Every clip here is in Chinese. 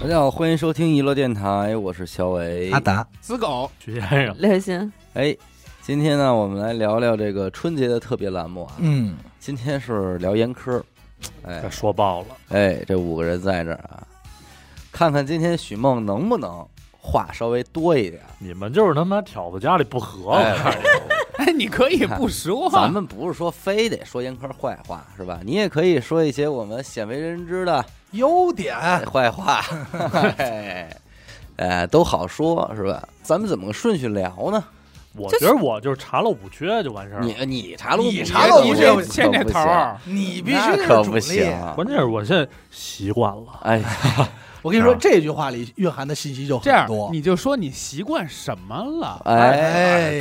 大家好，欢迎收听娱乐电台，我是小伟。阿达，死狗，徐先生，刘雨欣，哎，今天呢，我们来聊聊这个春节的特别栏目啊。嗯，今天是聊严科，哎这说爆了，哎，这五个人在这儿啊，看看今天许梦能不能话稍微多一点。你们就是他妈挑子家里不和，哦哎我看着哎，你可以不说，咱们不是说非得说严科坏话是吧？你也可以说一些我们鲜为人知的优点坏 话，哎，哎，都好说是吧？咱们怎么个顺序聊呢？我觉得我就是查漏补缺就完事儿你了。你查漏补缺，你查漏补你缺这这牵这头儿，你必须那是可主不行啊力。。啊关键是我现在习惯了，哎，我跟你说，啊这句话里蕴含的信息就这很样多。你就说你习惯什么了？哎，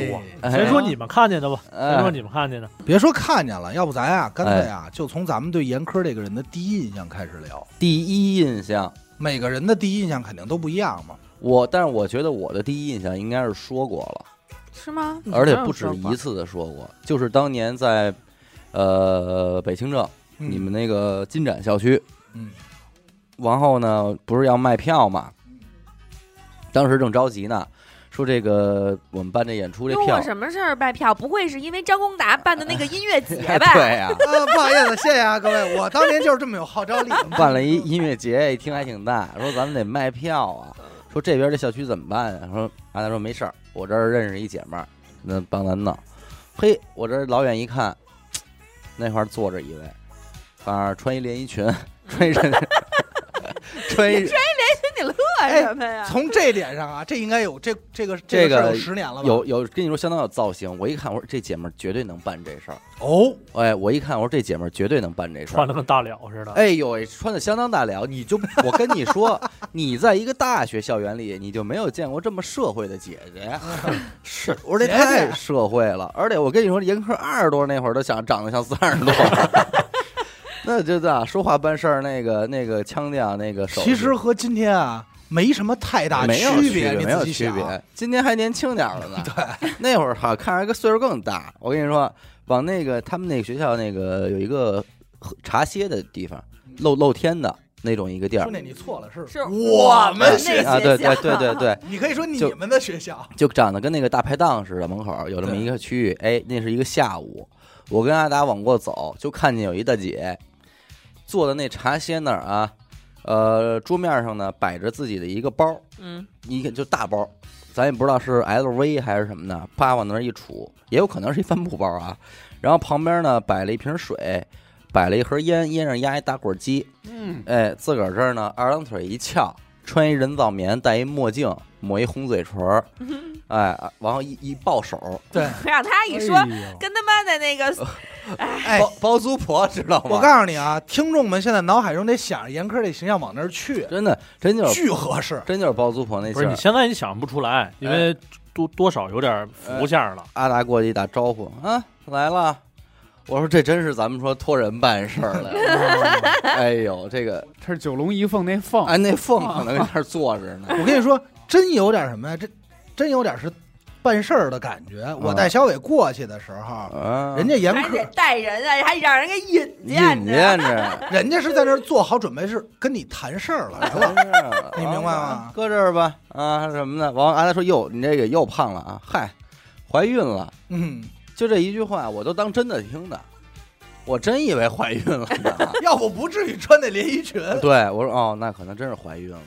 太多了哎先说你们看见的吧，哎先说你们看见的。别说看见了，要不咱啊，干脆啊，就从咱们对严科这个人的第一印象开始聊。第一印象，每个人的第一印象肯定都不一样嘛。我但是我觉得我的第一印象应该是说过了，是吗？嗯而且不止一次的说过，就是当年在呃北清政嗯你们那个金展校区，嗯然后呢不是要卖票嘛，当时正着急呢，说这个我们办这演出这用票我。什么事儿卖票？不会是因为张功达办的那个音乐 节吧？对 呀、啊，不好意思，谢谢啊，各位，我当年就是这么有号召力。 嗯办了一音乐节，一听还挺大，说咱们得卖票啊，说这边这校区怎么办啊？说阿达说没事儿，我这儿认识一姐们儿，那帮咱弄。嘿，我这儿老远一看，那块儿坐着一位，反正穿一连衣裙， 穿一身，穿一你乐什么呀？从这点上啊，这应该有这这个这个个事儿有十年了吧？有有跟你说相当有造型。我一看，我说这姐们儿绝对能办这事儿。 哦，哎，我一看，我说这姐们儿绝对能办这事儿穿。的跟大了似的。 哎呦喂，穿的相当大了，你就我跟你 说，你在一个大学校园里，你就没有见过这么社会的姐姐。是，我说这姐姐太社会了，而且我跟你说，严科二十多那会儿都想长得像三 十多。那就咋说话办事儿，那个那个腔调，那个手势，其实和今天啊没什么太大没有区别，你没有仔细区想，啊别。今年还年轻点儿了 呢，对，那会儿哈，看着个岁数更大。我跟你说，往那个他们那个学校那个有一个喝茶歇的地方，露露天的那种一个地儿兄。弟，你错了，是是我们们学那啊，对学校对对对对，你可以说你就们的学校，就长得跟那个大排档似的，门口有这么一个区域，哎，那是一个下午，我跟阿达往过走，就看见有一大姐坐在那茶歇那儿啊，呃，桌面上呢摆着自己的一个包，嗯，一个就大包，咱也不知道是 LV 还是什么的，啪往那儿一杵，也有可能是一帆布包啊。然后旁边呢摆了一瓶水，摆了一盒烟，烟上压一打火机，嗯，哎，自个儿这儿呢二郎腿一翘，穿一人造棉，戴一墨镜，抹一红嘴唇儿，哎，然后一一抱手，对，让他一说，哎跟他妈的那个哎包包租婆知道吗？我告诉你啊，听众们现在脑海中得想着严科这形象往那儿去，真的真就是巨合适。真就是包租婆那不劲是你儿。哎现在你想不出来，因为多多少有点福相了。阿达过去一打招呼啊，来了。我说这真是咱们说托人办事儿了 呀，哎呦，这个这是九龙一凤那凤，哎，那凤可能在那儿坐着呢。我跟你说，真有点什么呀？这真有点是办事儿的感觉。我带小伟过去的时候，啊， 人家严还得科，带人啊，还让人给引引荐着。荐着，人家是在那儿做好准备，是跟你谈事儿了，哎来 吧？你哎明白吗搁这儿吧，啊什么的。完，阿达说：“哟，你这个又胖了啊！嗨，怀孕了。嗯，”就这一句话，我都当真的听的，我真以为怀孕了呢。 要不不至于穿那连衣裙。对，我说哦，那可能真是怀孕了。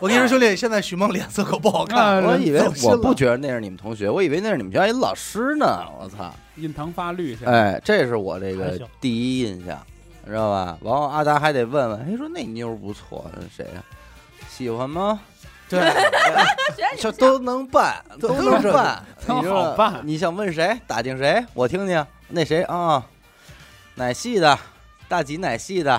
我跟你说，兄弟，现在许梦脸色可不好看。啊我以为走心我了不觉得那是你们同学，我以为那是你们学校一老师呢。我操！印堂发绿，现在哎，这是我这还个行第一印象，你知道吧？然后阿达还得问问，哎，说那妞儿不错，谁呀、喜欢吗？ 对，他觉得你这们都能办，对都都能是办，都你知道好办你想问谁？打听谁？我听听。那谁啊？哪系的？大几哪系的？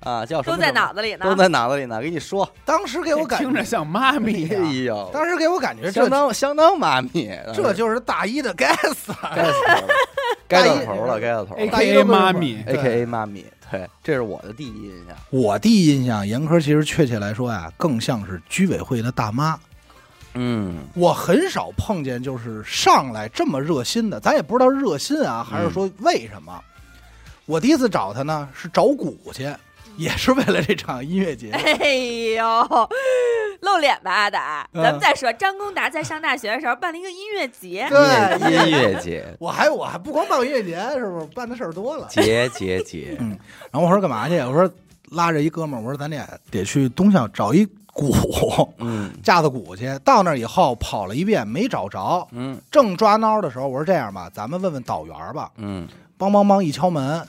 啊，叫什么？都在脑子里呢。都在脑子里呢。给你说，当时哎给我感听着像妈哎咪呀，呦，当时给我感觉这相当相当妈咪，这就是大一的 gas，该死了，该到头大了，一该到头 A 了。大 K 一 A 都不是 妈咪， A K A 妈咪，对，这是我的第一印象。我第一印象，严科其实确切来说呀，更像是居委会的大妈。嗯，我很少碰见就是上来这么热心的，咱也不知道热心啊，还是说为什么。我第一次找他呢是找鼓去，也是为了这场音乐节。哎呦，露脸吧，阿达！嗯咱们再说，张功达在上大学的时候办了一个音乐节，对，音乐节，我还我还不光办过音乐节，是不是办的事儿多了？节节节，然后我说干嘛去？我说拉着一哥们儿，我说咱俩得去东校找一鼓，嗯架子鼓去。到那儿以后跑了一遍没找着，嗯正抓挠的时候，我说这样吧，咱们问问导员吧。嗯，梆梆梆一敲门，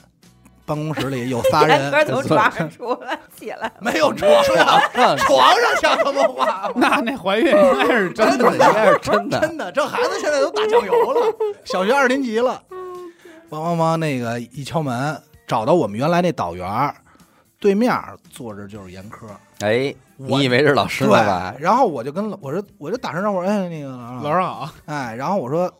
办公室里有仨大哥人，从床上出来起来，没有床哎上，床上像他妈话吗？那那怀孕应该是真哎的，应该是真的，真的，这孩子现在都打酱油了，小学二年级了。梆梆梆，那个一敲门，找到我们原来那导员儿，对面坐着就是严科。哎，我你以为是老师对呢吧？然后我就跟我说，我就打声招呼，哎，那个老啊师好，哎，然后我说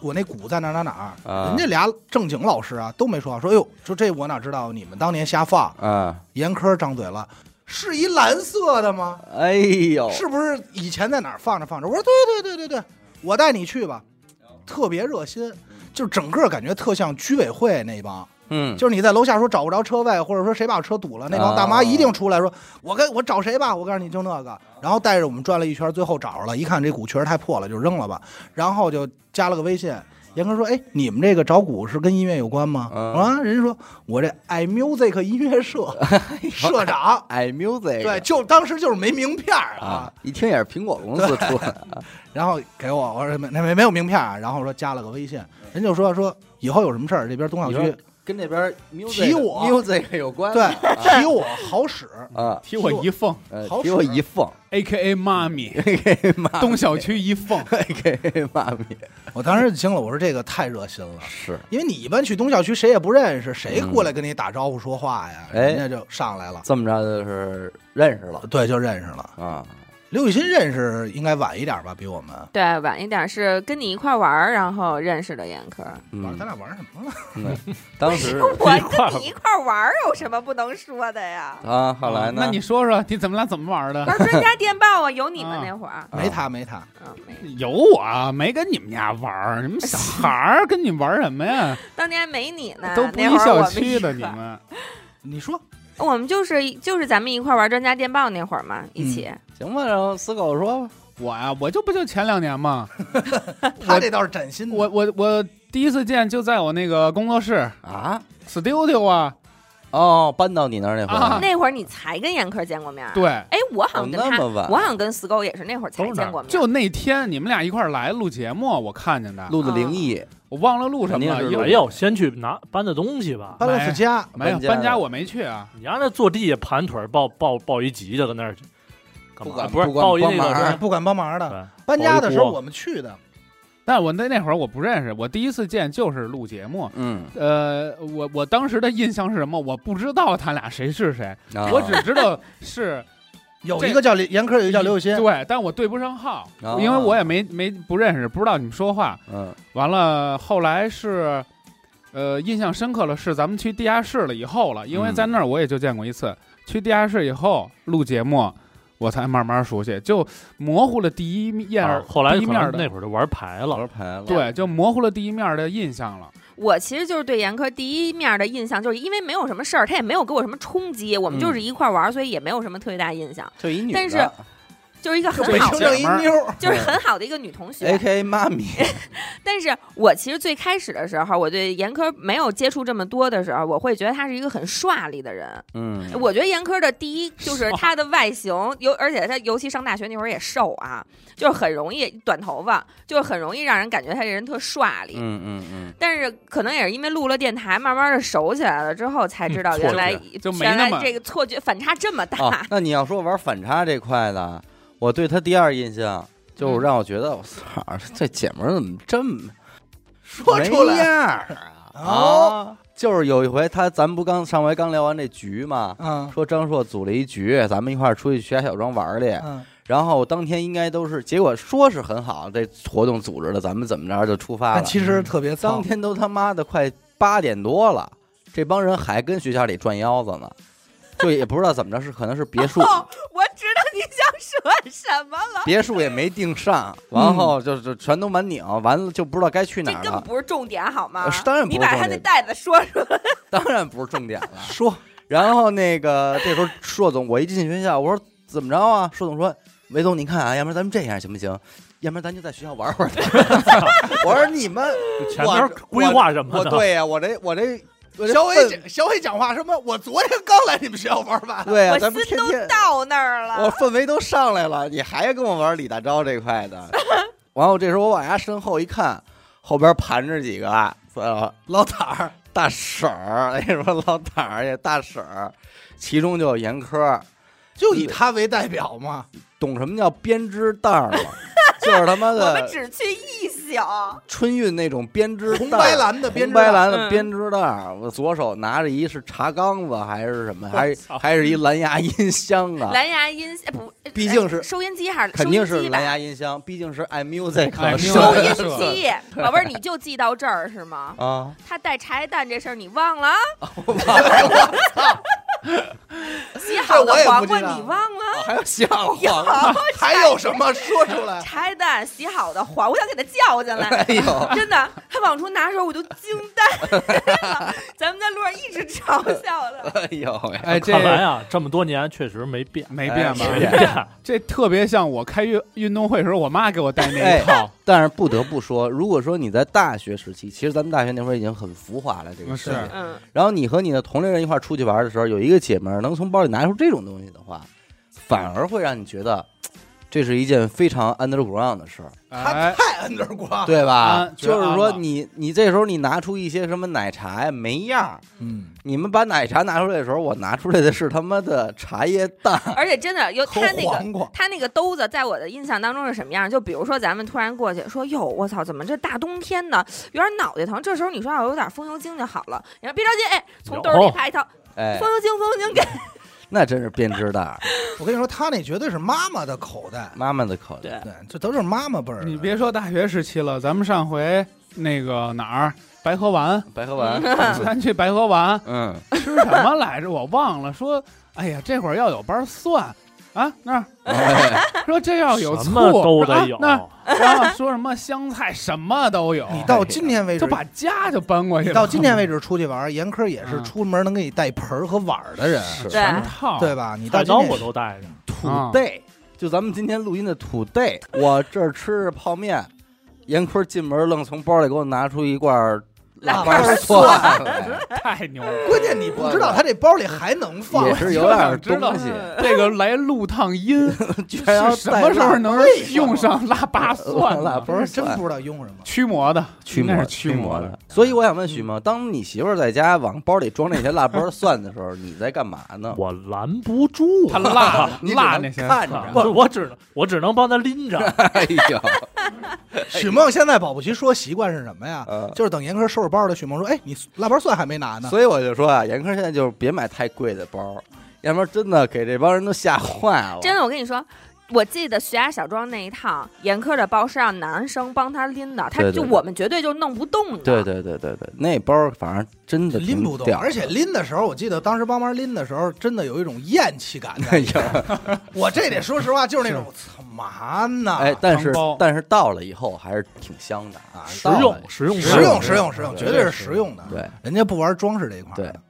我那鼓在哪儿哪儿哪儿，啊人家俩正经老师啊都没说话，说哎呦，说这我哪知道，你们当年瞎放。啊，严科张嘴了，是一蓝色的吗？哎呦，是不是以前在哪儿放着放着？我说对对对对对，我带你去吧，哦特别热心。就整个感觉特像居委会那帮，嗯，就是你在楼下说找不着车位，或者说谁把我车堵了，那帮大妈哦一定出来说：“我跟我找谁吧？”我告诉你就那个，然后带着我们转了一圈，最后找着了，一看这鼓确实太破了，就扔了吧。然后就加了个微信，严哥说：“哎，你们这个找鼓是跟音乐有关吗？”嗯啊，人家说我这 i music 音 乐社哎社长， i music，对，就当时就是没名片儿啊哎啊，，一听也是苹果公司出 的，然后给我，我说没没没有名片啊，然后说加了个微信，人就说说以后有什么事儿，这边东小你区说跟那边 music 提我 music 有关，对提我好使，啊，提我一凤呃好提我使一 凤，A K A 妈咪， ，A.K. 妈东小区一凤， ，A.K. 妈咪，我当时就惊了，我说这个太热心了，是，因为你一般去东校区谁也不认识，谁过来跟你打招呼说话呀，哎人家就上来了，这么着就是认识了对，就认识了。啊，刘雨欣认识应该晚一点吧，比我们。 对，晚一点是跟你一块玩儿，然后认识的严科。晚上咱嗯，俩玩什么了？当 时？我一块儿跟你一块儿玩儿有什么不能说的呀啊，后来呢？那你说说你怎么俩怎么玩 的？ 玩专家电报啊，有你嗯们那会儿，啊没他，没他，嗯，没有我啊没跟你们家玩儿，你们小孩儿跟你玩什么呀？当年没你呢，都不那一会儿我校们区的，一你块儿们你说我们就是就是咱们一块儿玩专家电报那会儿嘛，一起。嗯行吧，然后死狗说吧，我呀，我就不就前两年嘛，他这倒是崭新的，我我我第一次见就在我那个工作室啊， studio 啊，哦，搬到你那儿那会啊儿，那会儿你才跟严科见过面儿，对，哎，我好像哦跟那他，么晚我好像跟死狗也是那会儿才都是那见过面。就那天你们俩一块儿来录节目，我看见的，录的灵异，啊我忘了录什么了，肯定是因录为哎呦，先去拿搬的东西吧。搬了次家，没有搬家搬家我没去啊，你让那坐地下盘腿儿抱抱抱一急的搁那儿，干不嘛？管不是不管啊抱一那帮忙 个哎不管帮忙的。对搬家的时保候护我们去的，但我那那会儿我不认识，我第一次见就是录节目。嗯，呃，我我当时的印象是什么？我不知道他俩谁是谁，啊我只知道是有这一个叫严科，有一个叫刘雨欣，对，但我对不上号，啊因为我也没没不认识，不知道你们说话。嗯完了，后来是，呃，印象深刻的是咱们去地下室了以后了，因为嗯在那儿我也就见过一次。去地下室以后录节目，我才慢慢熟悉，就模糊了第一面啊儿。后来第一可面儿能的那会儿就玩牌了，玩牌了，对，就模糊了第一面儿的印象了。我其实就是对严科第一面的印象，就是因为没有什么事儿，他也没有给我什么冲击，我嗯们就是一块儿玩儿，所以也没有什么特别大印象，就一女的，但是就是一个很北好京的，正一妞儿，就是很好的一个女同学。 A.K. 妈 咪，但是我其实最开始的时候，我对严科没有接触这么多的时候，我会觉得他是一个很帅力的人。嗯，我觉得严科的第一就是他的外形，尤而且他尤其上大学那会儿也瘦啊，就是很容易短头发，就是很容易让人感觉他这人特帅力。嗯嗯嗯，但是可能也是因为录了电台，慢慢的熟起来了之后，才知嗯道原来、错就没原那来么这个错觉反差这么大。哦，那你要说玩反差这块的，我对她第二印象嗯就是让我觉得，我操，这姐们儿怎么这么 说出没来，样儿啊？哦啊，就是有一回她，咱不刚上回刚聊完这局嘛，嗯说张硕组了一局，咱们一块儿出去石家小庄玩儿去，嗯，然后当天应该都是，结果说是很好，这活动组织的，咱们怎么着就出发但了，哦其实特别当脏，天都他妈的快八点多了，这帮人还跟学校里转腰子呢，就也不知道怎么着，是可能是别 墅，哦，我知道你想说什么了，别墅也没订上，然后就是全都满拧，完了就不知道该去哪这儿根了。本不是重点好吗呃？当然不你是把他重那点 袋子说出来。当然不是重点了。说然后那个这时候硕总，我一进学校，我说怎么着啊？硕总说，韦总，您看啊，要不然咱们这样行不 行？要不然咱就在学校玩会儿。 我说你们，前面规划什么我的？对呀、我这我这我这小伟氛讲小伟讲话什么？我昨天刚来你们学校玩完，对呀、我咱们心天都天到那儿了我。氛围都上来了，你还跟我玩李大钊这块的？完后这时候我往家身后一看，后边盘着几个呃老坦儿，大婶儿，那什么老坦儿也大婶儿，其中就有严科， 就以他为代表嘛。懂什么叫编织袋儿吗？就是他妈 我们的只去一宿，春运那种编织红袋 白儿。蓝的编红织白的蓝的嗯编织袋儿，我左手拿着一是茶缸子还是什么，还操还是一蓝牙音箱啊？蓝牙音哎不，哎毕竟是收音机还是肯定收是音机吧蓝牙音箱，毕竟是 iMusic 啊哎收收音音是吧机。 宝贝儿，你就记到这儿是吗？啊！他带茶叶蛋这事儿你忘了啊？我操！洗好的这我也黄不瓜知道你忘了？还有像黄，有还有什么说出来？ 茶叶蛋洗好的黄瓜，我想给他叫进 来。啊哎呦，真的，他往出拿的时候我就惊 呆了。咱们在路上一直嘲笑他，哎呦喂！哎，这看来啊，这么多年确实没变，没变吧？哎没变。 这特别像我开运运动会时候，我妈给我带那哎一套。但是不得不说，如果说你在大学时期，其实咱们大学那会儿已经很浮华了，这个嗯世界是嗯，然后你和你的同龄人一块儿出去玩的时候，有一个姐们儿能从包里拿出这种东西的话，反而会让你觉得嘖这是一件非常 underground 的事儿，他哎，太 underground，对吧？嗯觉得就是安说了你你这时候你拿出一些什么奶茶呀没样儿，嗯，你们把奶茶拿出来的时候，我拿出来的是他妈的茶叶蛋，而且 真的有和他那个黄瓜，他那个兜子，在我的印象当中是什么样？就比如说，咱们突然过去说：“哟，我操，怎么这大冬天的，有点脑袋疼。”这时候你说：“啊，我有点风油精就好了。”你说：“别着急，哎，从兜里有啪一掏，哎风，油精，风油精给。那真是编织袋儿， 我跟你说，他那绝对是妈妈的口袋，妈妈的口袋对。对，这都是妈妈辈儿的。你别说大学时期了，咱们上回那个哪儿白河湾，白喝完， 咱去白河湾嗯，吃什么来着？我忘了。说，哎呀，这会儿要有瓣蒜啊，那儿哎说这要有什醋，么都得有啊，那儿然后说什么香菜什么都有，你到今天为止就，把家就搬过去你了。到今天为止出去玩，严科也是嗯出门能给你带盆儿和碗儿的人，是对全套对吧？你到蛋今糕天我都带着，土啊豆，就咱们今天录音的土豆。我这儿吃着泡面，严坤进门愣从包里给我拿出一罐儿腊八八蒜来，太牛了。 关键你不知道他这包里还能放也是有点儿知道东西，这个来路烫音， 居然要是什么时候能用上腊 八蒜腊八呢？不是真不知道用 什么。驱魔的，驱那魔是驱魔魔的。。所以我想问许萌，当你媳妇儿在家往包里装那些腊八蒜的时候，你在干嘛呢？我拦不住他辣你只辣能那些看 啊，着。我我只能我只能帮他 拎着。哎 呦，许梦现在保不齐说习惯是什么呀？哎呃就是等严科收拾包的，许梦说：“哎，你腊八蒜还没拿呢。所以我就说啊，严科现在就是别买太贵的包，要不然真的给这帮人都吓坏了。真的，我跟你说。我记得徐家小庄那一趟，严苛的包是让男生帮他拎的，他对对就对我们绝对就弄不动的。哦对对对对对，那包儿反正真的拎挺不动，屌而且拎的时候，我记得当时帮忙拎的时候，真的有一种厌气感在。哎呀， 我这得说实话，就是那种操嘛呢？哎，但是汤包但是到了以后还是挺香的啊，实到了实用，实用，实用，实实用，用实用，对绝对是实用的。对，人家不玩装饰这一块儿的对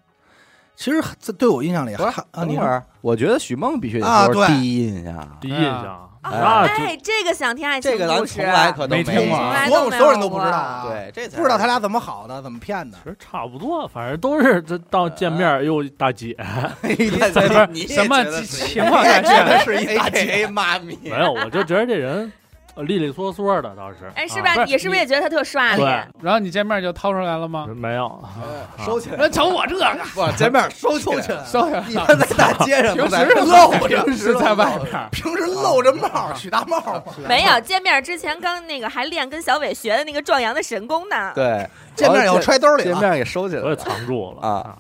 其实这对我印象里还啊，哎等你会儿我觉得许梦必须得啊说对第一印象，第一印象，嗯啊，哎那就哎，这个想听爱情这故事，个咱从来可都没听有过从来所有啊都没所有人都有不过知道啊对，这才不知道他俩怎么好的，怎么骗的其。实差不多，反正都是这哎到见面儿，哟，大姐，在这这儿什么 情况下见的见？是一大姐妈 咪，没有，我就觉得这人呃利利索索的倒是，哎，是啊吧？不是也是不是也觉得他特帅气？对然后你见面就掏出来 了吗？没有，啊哎收起来，人瞅我这个，往前面收起收起来。来，收起来。你们在大街 上平都时在露着，平时在外边。平时露着帽，许大帽嘛。没有见面之前刚那个还练跟小伟学的那个壮阳的神功呢。对，见面以后揣兜里见了，面给收起来我也了。藏住了啊。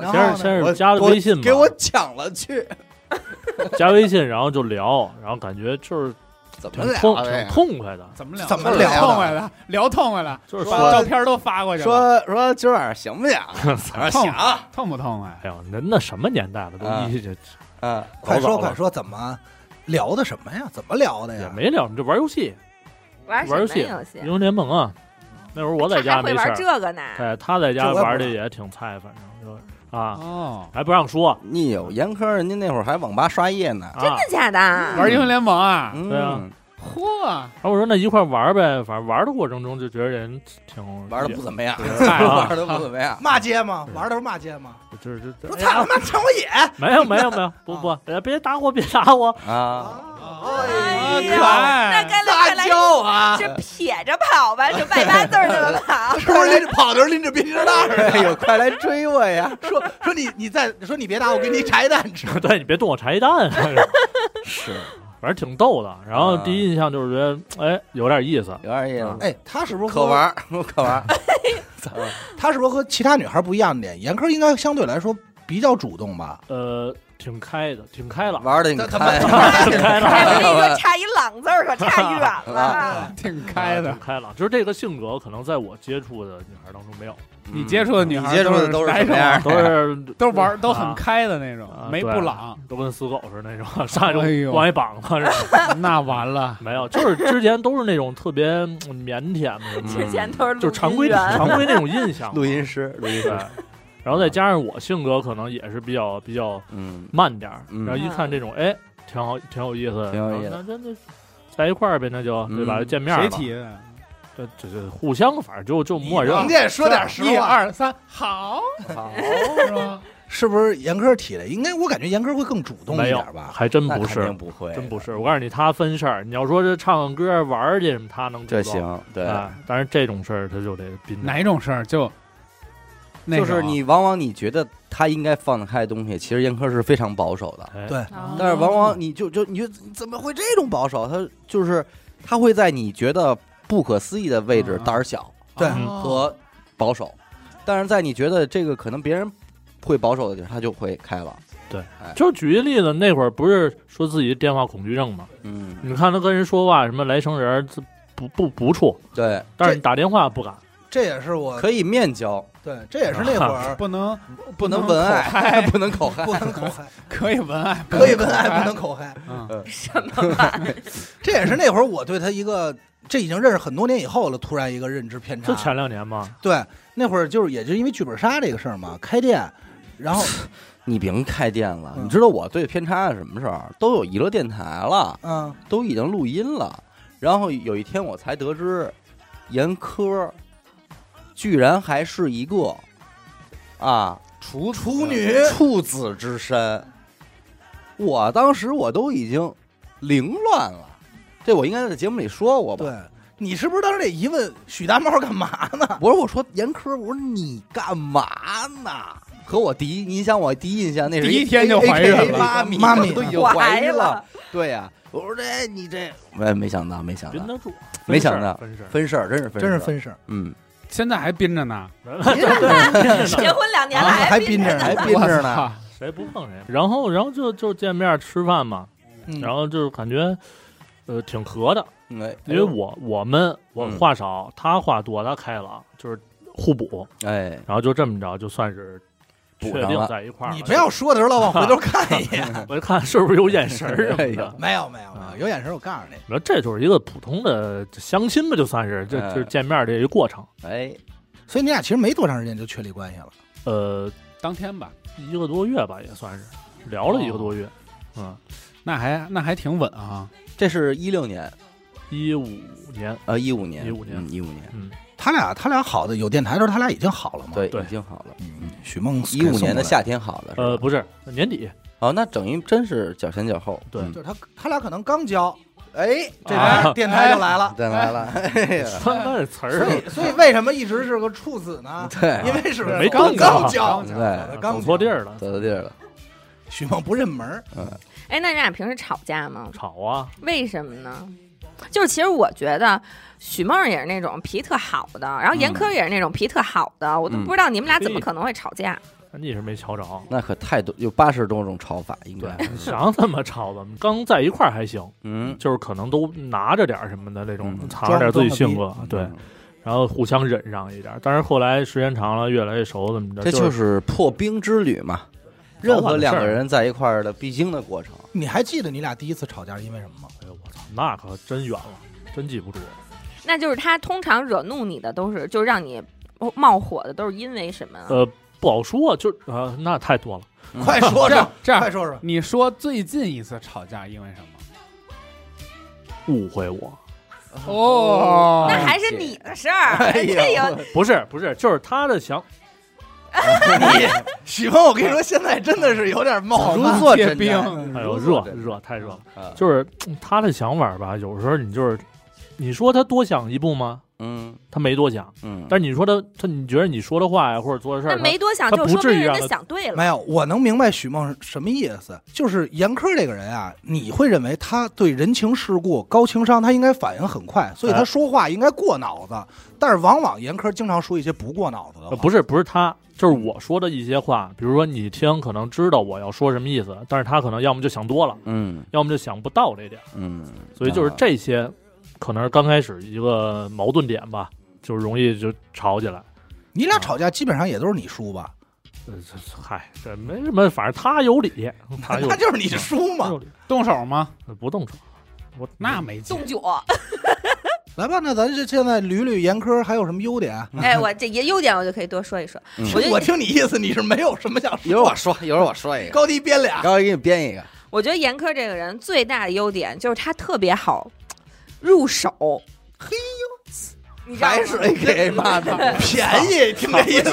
然后先哦呢是先我是加的我微信嘛，给我抢了去，加微信，然后就聊，然后感觉就是怎么挺俩痛呀挺痛快的，怎么聊？怎么聊的痛快了？聊痛快了，就是说把照片都发过去了，说说今儿晚上行不 行？我说痛行啊痛不痛快？哎呦，那那什么年代了，都啊一这，嗯快早说了快说，怎么聊的什么呀？怎么聊的也呀？没聊，你就玩游戏，玩玩游什么戏，游英雄联盟啊。那会儿我在他家还会没事玩儿，哎这个呢。对，他在这家我也不玩的知道也挺菜，反正就。啊，哦，还不让说你有严科，人家那会儿还网吧刷夜呢。啊。真的假的？玩英雄联盟啊，嗯对啊，嚯，然后我说那一块儿玩儿呗，反正玩儿的过程中就觉得人挺玩的不怎么样，对菜啊玩的不怎么样。骂街吗？玩的时候骂街吗？么，就是就说哎操他呀，妈陈我野没有没有没有，不不，哎别打我，别 打我，啊，哎呀可爱那该来嗯辣快来，椒啊！。是撇着跑吧，是外八字儿那么 跑是不是拎着跑的时候拎着冰淇淋袋儿哎呦，快来追我呀！说说你你再说你别打我，给你茶叶蛋吃。对你别动我茶叶蛋，啊是反正挺逗的。然后啊第一印象就是觉得哎有点意思，有点意思，哎，他是不是可和玩儿，可玩儿。他是不是和其他女孩不一样的点？严科应该相对来说比较主动吧？呃，挺开的，挺开朗，玩的挺他他开，挺开朗，哎，我跟你说，差一“朗”字儿可差远了。啊挺开的挺。开朗。就是这个性格，可能在我接触的女孩当中没有，嗯你接触的女孩你接触的都都是白什么样 手，都是都是玩都很 啊开的那啊种，没对布朗，都跟死狗似的那种，上来哎呦就光一膀子似的。那完了。没有，就是之前都是那种特别嗯腼腆的嗯，之前都是就是常规录音员常规那种 印象嘛。录音师，录音对师，，然后再加上我性格可能也是比较比较嗯，慢点儿，嗯然后一看这种，哎，挺好，挺有意思的，挺有意思然后那真的在一块儿呗，那就对嗯吧？就见 面儿谁吧，提的？这这这互相反正就就默认人家也说点实一话，二三，好，好，是 吧？是不是严科提的？应该我感觉严科会更主动一没有点，吧？还真那不肯是定，不会，真不是。我告诉你，他分事儿。你要说这唱个歌玩儿去什么，他能这主动。行，对，啊，但是这种事儿他就得避免。哪种事儿就那就种啊是你往往你觉得他应该放得开的东西，其实严科是非常保守的，哎对哦但是往往你就就你就怎么会这种保守？他就是他会在你觉得不可思议的位置嗯胆儿小对哦和保守，但是在你觉得这个可能别人会保守的地儿，他就会开了。就举一例子，那会儿不是说自己电话恐惧症吗？嗯，你看他跟人说话，什么来生人儿不不不处，对，但是你打电话不敢。这也是我可以面交，对，这也是那会儿不能不能能文口爱，嗨，不能口 嗨不。能口嗨，可以文爱，可以文爱不能口嗨。能。嗯这也是那会儿我对他一个，这已经认识很多年以后了，突然一个认知偏就差。前两年啊嘛，对，那会儿就是也就因为剧本杀这个事儿嘛，开店，然后你别开店了，嗯你知道我对偏差是什么时候？都有娱乐电台了，嗯，都已经录音了，然后有一天我才得知，严科居然还是一个啊处处女处子之身。我当时我都已经凌乱了，这我应该在节目里说过吧？对，你是不是当时得疑问许大猫干嘛呢？我说我说严科，我说你干嘛呢？和我第一，你想我第一印象那是第一天就怀孕了妈咪，妈咪都已经怀怀孕了了。，对呀、我说这你这，我也没想到，没想憋到，得住。没想到分事儿分事儿真是分事真儿是分事儿，嗯，现在还憋着呢，分事儿， 结婚两年了啊还逼逼着着呢还憋着我呢。操。谁不碰谁。然后，然后就就见面吃饭嘛，嗯然后就是感觉，呃，挺合的，哎，因为我我们我嗯话少，他话多，他开朗，就是互补，哎，然后就这么着，就算是补确上定了在一块儿了。你不要说的时候老往回头看一眼，我一看是不是有眼神儿什哎么呦的。没有没有啊没有，有眼神我告诉你，你说这就是一个普通的相亲吧，就算是这哎就是见面儿这一过程。哎，所以你俩其实没多长时间就确立关系了，呃，当天吧，一个多月吧，也算是聊了一个多月。哦嗯，那还那还挺稳啊。这是一六年，嗯一五年呃，一五年， 15年一五年，他俩他俩好的有电台的时候他俩已经好了嘛，，对，对已经好了。嗯，许梦一五年的，夏天好的，是吧呃，不是年底，哦，那等于真是脚前脚后，对嗯 就是他他俩可能刚交，哎，这啊边电台就来了，哎再来了，哎 嘿呀翻翻这词所儿，以所以为什么一直是个处子啊呢？对，啊因为是没刚刚刚交，交对对刚啊走错地。儿了，走到地儿了，许梦不认门儿，哎，那你俩平时吵架吗？吵啊，为什么呢？就是其实我觉得许梦也是那种脾特好的，然后严嗯科也是那种脾特好的，我都嗯不知道你们俩怎么嘿可能会吵架。那你是没瞧着。那可太多，有八十多种炒法，应对该，想怎么吵怎么。刚在一块儿还行，嗯，就是可能都拿着点儿什么的那种嗯，藏着点儿自己性格，对，嗯，然后互相忍让一点儿。但是后来时间长了，越来越熟，怎么着，这就就是是破冰之旅嘛，任何两个人在一块儿的必经的过程。你还记得你俩第一次吵架是因为什么吗？哎呦我操，那可真远了，真记不住。那就是他通常惹怒你的都是，就是让你冒火的都是因为什么？啊呃，不好说，就啊，那太多了。快说这样说，这快样，说说，你说最近一次吵架因为什么？误会我，哦那还是你的事儿，哎这有不哎是不是，就是他的想，喜欢我 跟你说，现在真的是有点哦冒如犯。坐结针冰毡，哎呦，如热坐针热太热了。毡，就是嗯他的想法吧，有时候你就是，你说他多想一步吗？嗯他没多想，嗯，但是你说他他，你觉得你说的话呀，或者做的事那儿，没多想，他就不说至明于人让家他嗯想对了。没有，我能明白许梦什么意思，就是严科这个人啊，你会认为他对人情世故高情商，他应该反应很快，所以他哎说话应该过脑子。但是往往严科经常说一些不过脑子的呃话，不是不是他，就是我说的一些话，比如说你听可能知道我要说什么意思，但是他可能要么就想多了，嗯要么就想不到这点儿，嗯，所以就是这些，可能是刚开始一个矛盾点吧，就容易就吵起来。你俩吵架基本上也都是你输吧？呃这这嗨，这没什么，反正他有理，他有那理就是你输他嘛有。理，动手吗？呃不动手，我那没劲动。酒，来吧，那咱就现在捋捋严科还有什么优点？哎，我这也优点我就可以多说一说。嗯我觉我得，听你意思，你是没有什么想一会儿说我，说，一会儿我说一个，高低编俩。然后给你编一个，我觉得严科这个人最大的优点就是他特别好入手。嘿呦，你知道吗还是 A K A 骂的便宜，听这意不思。是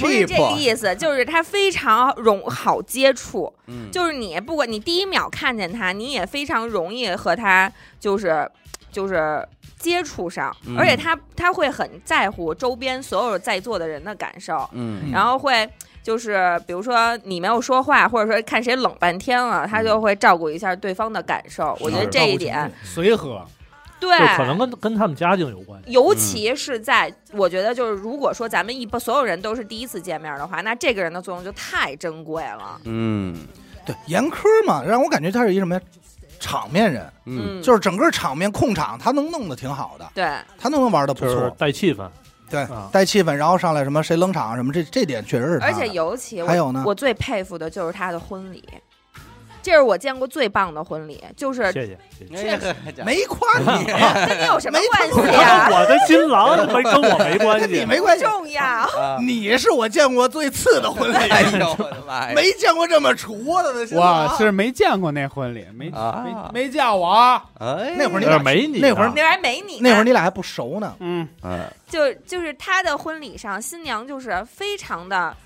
不是这个 cheap，意思，就是他非常容好接触，嗯就是你不管你第一秒看见他，你也非常容易和他就是就是接触上，嗯而且他他会很在乎周边所有在座的人的感受，嗯然后会。就是比如说你没有说话，或者说看谁冷半天了，他嗯就会照顾一下对方的感受。我觉得这一点，随和，对，就可能跟跟他们家境有关系。嗯尤其是在、我觉得就是，如果说咱们一般所有人都是第一次见面的话，那这个人的作用就太珍贵了。嗯对，严科嘛，让我感觉他是一什么呀？场面人，嗯就是整个场面控场，他能弄得挺好的，对，他能弄玩的不就是错，带气氛，对啊，带气氛，然后上来什么谁冷场什么，这这点确实是他而的。且尤其我还有呢我最佩服的就是他的婚礼，这是我见过最棒的婚礼，就是谢谢谢谢。哎呵家伙没夸你， 跟你有什么没关碰系他哎呀、是我的新郎，没跟我没关跟你系。没关系。重要，啊你是我见过最次的婚礼，哎呦我的妈呀！没见过这么杵的的新郎。我是没见过那婚礼，没啊没没叫我。哎，那会儿你那没你呢那会儿那还没你呢那会儿你俩还不熟呢，嗯，嗯就就是他的婚礼上，新娘就是非常的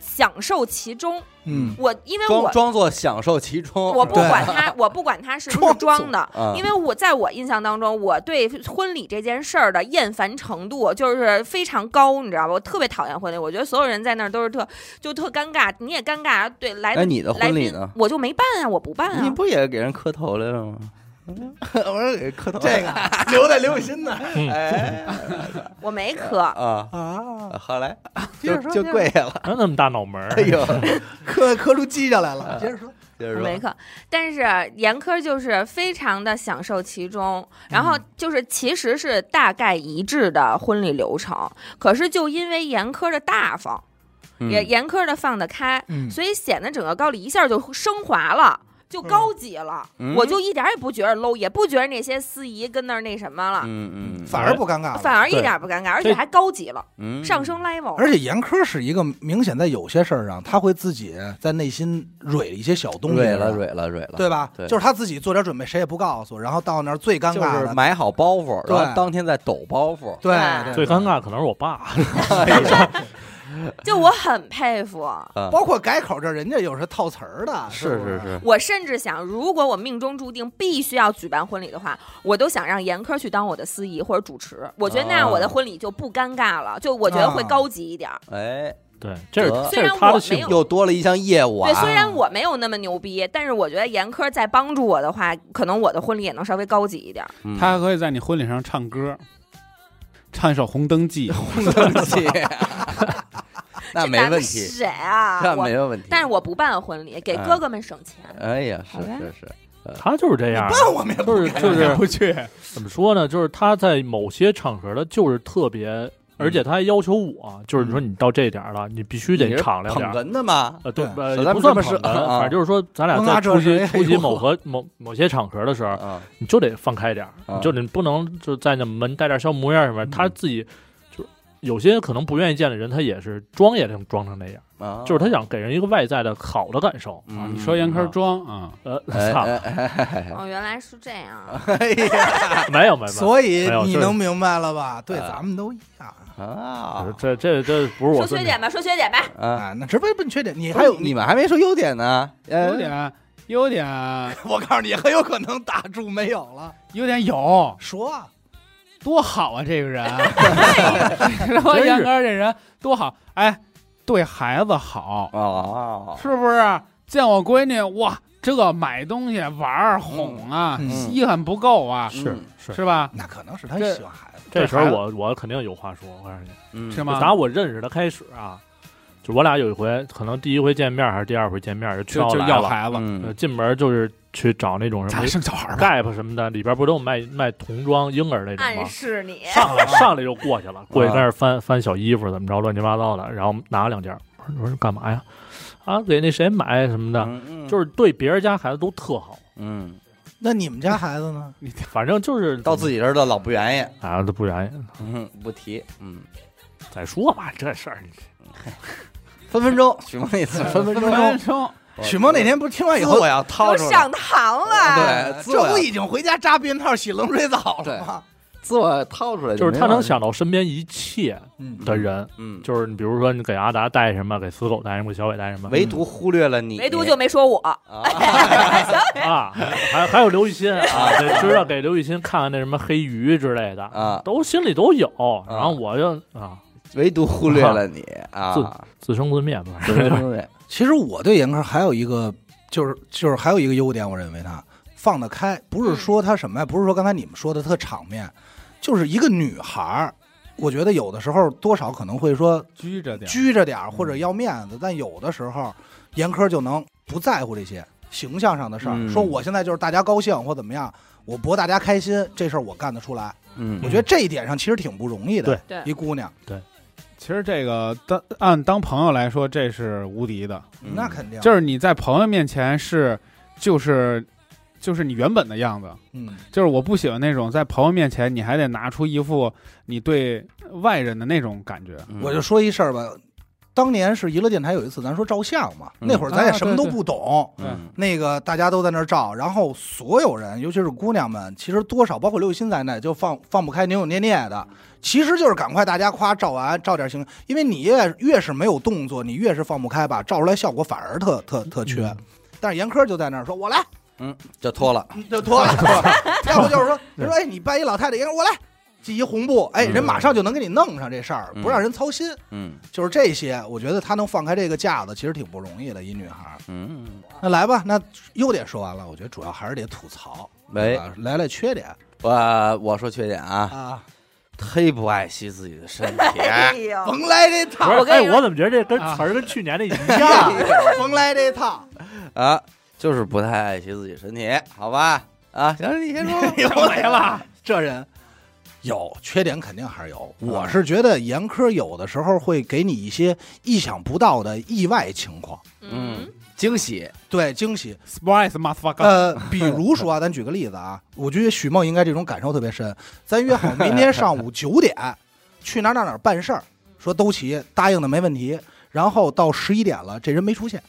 享受其中。嗯，我因为我装装作享受其中，我不对管他，我不管他是不是装装的，啊因为我在我印象当中，我对婚礼这件事儿的厌烦程度就是非常高，你知道吧？我特别讨厌婚礼，我觉得所有人在那儿都是特就特尴尬，你也尴尬，对来哎的你的来婚礼宾呢？我就没办啊，我不办你啊。不也给人磕头来了吗？我说给磕头，嗯这个留在刘雨欣那儿哎我没磕，啊，啊，后来接就着说就接着跪下了，哪有那么大脑门儿？哎呦，磕磕出鸡上来了。接着说，接着我没说，磕，但是严科就是非常的享受其中，然后嗯就是其实是大概一致的婚礼流程，可是就因为严科的大方，也嗯严科的放得开，嗯所以显得整个高丽一下就升华了。就高级了，嗯我就一点儿也不觉得 low，也不觉得那些司仪跟那儿那什么了，嗯嗯反而不尴尬了，反而一点儿不尴尬，而且还高级了，嗯，上升 level 了。而且严科是一个明显在有些事儿上，他会自己在内心蕊一些小东西，蕊了蕊了蕊了，对吧？对就是他自己做点准备，谁也不告诉，然后到那儿最尴就尬是的，买好包袱，对然后当天再抖包袱，对对最对尴尬可能是我爸，就我很佩服，啊，包括改口这儿，人家有时候套词儿的，是是是不，是，我甚至想，如果我命中注定必须要举办婚礼的话，我都想让严科去当我的司仪或者主持。我觉得那样哦我的婚礼就不尴尬了，就我觉得会高级一点儿。哎，对，这得是虽这然是他我的性没有格。又多了一项业务啊对，，虽然我没有那么牛逼，但是我觉得严科再帮助我的话，可能我的婚礼也能稍微高级一点儿。嗯 他还可以在你婚礼上唱歌，唱一首《红 灯记》。不生 气，那这没咱问们题，谁啊？那我没有问题，但是我不办婚礼，给哥哥们省钱。哎呀，是好吧是是，他就是这样，办我们也不就是就也是不去，怎么说呢？就是他在某些场合的，就是特别，而且他还要求我，啊就是你说你到这点儿了，你必嗯须你得是敞亮点捧儿。哏的吗？呃，对，对呃咱也们不算这么捧说哏，啊反正就是说，咱俩光在拉这出席谁出席哎呦某合某某些场合的时候，啊，你就得放开点儿，啊嗯你就得不能就在那门带点小模样什么。他自己就是有些可能不愿意见的人，他也是装也能装成那样，啊，就是他想给人一个外在的好的感受。嗯，你说严科装啊，呃，哎操哎哎哎哦，原来是这样啊。哎呀没有没有，没有所以没有你就是能明白了吧？对，呃咱们都一样。啊这这这不是我说孙缺女点吧，说缺点吧。啊！啊，那直接问缺点，你还还有有你们还没说优点呢，呃优点优点我告诉你，很有可能打住没有了。优点有说啊，多好啊！这 个人，然后严哥这人多好，哎，对孩子好，哦，是不是？见我闺女哇，这买东西玩儿哄啊，嗯稀罕不够啊，是是是吧？那可能是他这喜欢孩子。这时候孩子我我肯定有话说，我告诉你，嗯是就吗？打我认识他开始啊，就我俩有一回，可能第一回见面还是第二回见面就去就就来要了，孩子，呃，嗯进门就是去找那种什咱么俩生小孩儿吧。 Gap 什么的，里边不都有卖卖童装、婴儿那种暗吗？示你，上来上来就过去了，过去在那儿翻翻小衣服，怎么着乱七八糟的，然后拿了两件儿，我说干嘛呀？啊，给那谁买什么的，嗯就是对别人家孩子都特好，嗯，那你们家孩子呢？反正就是到自己这儿的老不愿意，啊，都不然嗯，不提，嗯，再说吧，这事儿分分钟，许梦那次分分分钟分，钟，许梦那天不是听完以自后啊我，要掏都出来，上堂了。对自我这呀不已经回家扎避孕套、洗冷水澡了吗？自我掏出来，就是他能，想到身边一切嗯，的人，嗯，就是你比如说你给阿达带什么，给死狗带什么，给小伟带什么，唯独忽略了你，唯独就没说我，啊，啊，还还有刘雨欣啊，得知道给刘雨欣看看那什么黑鱼之类的啊都心里都有。然后我就啊唯独忽略了你啊，自生自灭吧， 对对对，其实我对严科还有一个，就是就是还有一个优点，我认为他放得开，不是说他什么呀，不是说刚才你们说的特场面，就是一个女孩儿，我觉得有的时候多少可能会说拘着点儿。拘着点儿或者要面子，但有的时候严科就能不在乎这些形象上的事儿，嗯说我现在就是大家高兴或怎么样，我博大家开心，这事儿我干得出来。嗯我觉得这一点上其实挺不容易的，对一姑娘，其实这个当按当朋友来说，这是无敌的，嗯那肯定就是你在朋友面前是就是就是你原本的样子。嗯，就是我不喜欢那种在朋友面前你还得拿出一副你对外人的那种感觉。嗯我就说一事儿吧。当年是娱乐电台有一次，咱说照相嘛，嗯那会儿咱也啊什么都对对不懂，嗯那个大家都在那儿照，然后所有人，尤其是姑娘们，其实多少包括刘雨欣在内，就放放不开，扭扭捏捏的。其实就是赶快大家夸照完，照点形，因为你越越是没有动作，你越是放不开吧，照出来效果反而特特特缺。但是严科就在那儿说：“我来，嗯，就脱了，嗯 就脱了。脱了” 要不就是说，人说：“哎，你扮一老太太，严科我来。”系一红布，哎，嗯人马上就能给你弄上这事儿，嗯不让人操心。嗯就是这些，我觉得她能放开这个架子，其实挺不容易的。一女孩儿，嗯，那来吧，那优点说完了，我觉得主要还是得吐槽。喂，啊来来缺点我我说缺点啊，啊，忒不爱惜自己的身体，哎呦，甭来这套，不我是，跟哎，你说我怎么觉得这跟词儿跟去年的一 哎样？啊啊甭来这 套。 啊，就是不太爱惜自己身体，好吧？啊，行，你先说吧。 又来了，哎啊这人有缺点肯定还是有。我是觉得严科有的时候会给你一些意想不到的意外情况，嗯，，惊 喜，对惊喜。 Surprise, motherfucker！呃，比如说啊，咱举个例子啊，我觉得许梦应该这种感受特别深。咱约好明天上午九点去哪儿哪儿哪儿办事儿，说都齐，答应的没问题。然后到十一点了，这人没出现，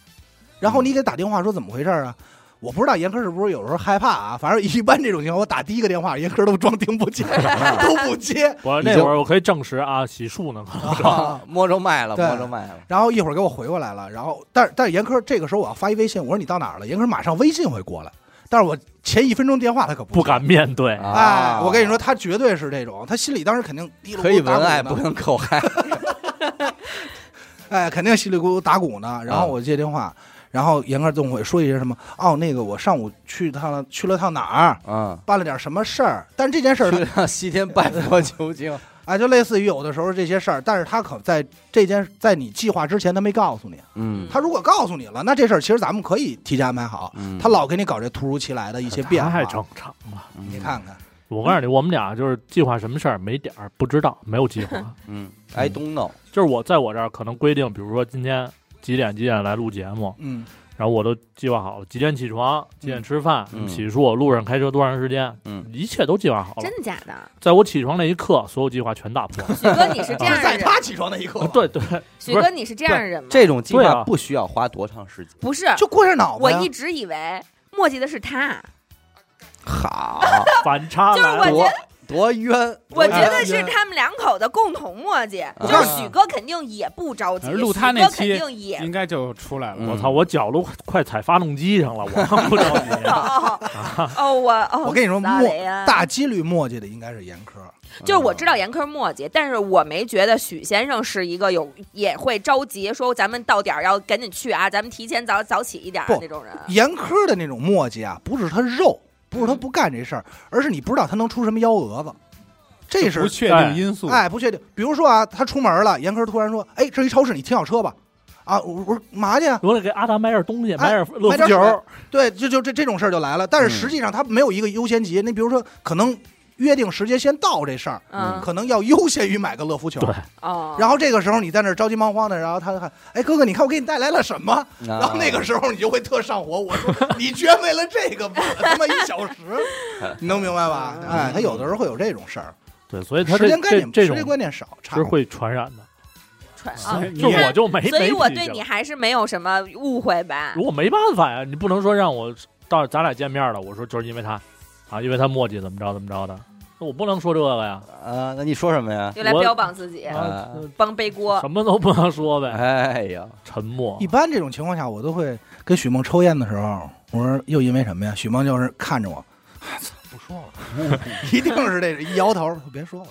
然后你给打电话说怎么回事儿啊？我不知道严科是不是有时候害怕啊，反正一般这种情况，我打第一个电话，严科都装听不见， 都不接。我那会儿我可以证实啊，洗漱呢，啊摸着卖了，对摸着卖了。然后一会儿给我回过来了，然后但是但是严科这个时候我要发一微信，我说你到哪儿了？严科马上微信会过来，但是我前一分钟电话他可不不接敢面对。啊哎，我跟你说，，他绝对是这种，他心里当时肯定嘀噜咕可以噜打文鼓爱，呢不能口 嗨。哎，肯定稀里咕噜打鼓呢。然后啊我接电话，然后严哥总会说一些什么，哦，那个我上午去趟去了趟哪儿，啊，办了点什么事儿，但是这件事儿他， 去趟西天拜佛求经。哎，就类似于有的时候这些事儿，但是他可在这件在你计划之前他没告诉你，嗯他如果告诉你了，那这事儿其实咱们可以提前安排好。嗯他老给你搞这突如其来的一些变化，太正常了。嗯你，看看，我告诉你，我们俩就是计划什么事儿没点儿，不知道，没有计划。 嗯，I don't know。就是我在我这儿可能规定，比如说今天几点几点来录节目，嗯，然后我都计划好了几点起床、几点吃饭、嗯洗漱、路上开车多长时间，嗯一切都计划好了真。的假的？在我起床那一刻，所有计划全打破 了。许哥，你是这样的在人？他起床那一刻吧，对对，许哥，你是这样的人吗？这种计对划啊不需要花多长时间。不是，就过下脑我子呀一。直以为墨迹的是他，好，反差就是来了。我觉多得，多冤！我觉得是他们两口子共同墨迹，就是许哥肯定也不着急，啊录他许那哥期肯定也应该就出来了。嗯我操！我脚都快踩发动机上了，我他妈不着 急。哦哦，我哦，我跟你说， sorry 墨呀大几率墨迹的应该是严科，就嗯是我知道严科墨迹，但是我没觉得许先生是一个有也会着急说咱们到点儿要赶紧去啊，咱们提前早早起一点儿不那种人。严科的那种墨迹啊，不是他肉，不是他不干这事儿，而是你不知道他能出什么幺蛾子，这不是确定因素，哎不确定。比如说啊，他出门了，严科突然说：“哎，这一超市，你停好车吧。”啊，我我说嘛去啊？我得给阿达买点东西，哎买点乐买福点酒。水对，就就这这种事儿就来了。但是嗯实际上他没有一个优先级。你比如说，可能约定时间先到这事儿，嗯可能要优先于买个乐福球。对哦，然后这个时候你在那儿着急忙慌的，然后他还哎哥哥，你看我给你带来了什么？然啊然后那个时候你就会特上火。我 说你居然为了这个 跑了他妈一小时，你能明白吧？哎，他有的时候会有这种事儿，嗯对，所以他时这间概这念这时种间观念少，差是会传染的。传啊所以，你就也我就没，所以没我脾对气你了还是没有什么误会吧？我没办法呀，你不能说让我到咱俩见面了，我说就是因为他啊，因为他墨迹怎么着怎么着的，那我不能说这个呀，啊，那你说什么呀？又来我标榜自己，啊，帮背锅。什么都不能说呗，哎呀，沉默一。般这种情况下，我都会跟许梦抽烟的时候，我说又因为什么呀？许梦就是看 着我，哎操，不说了， 一定是这一摇头，别说了。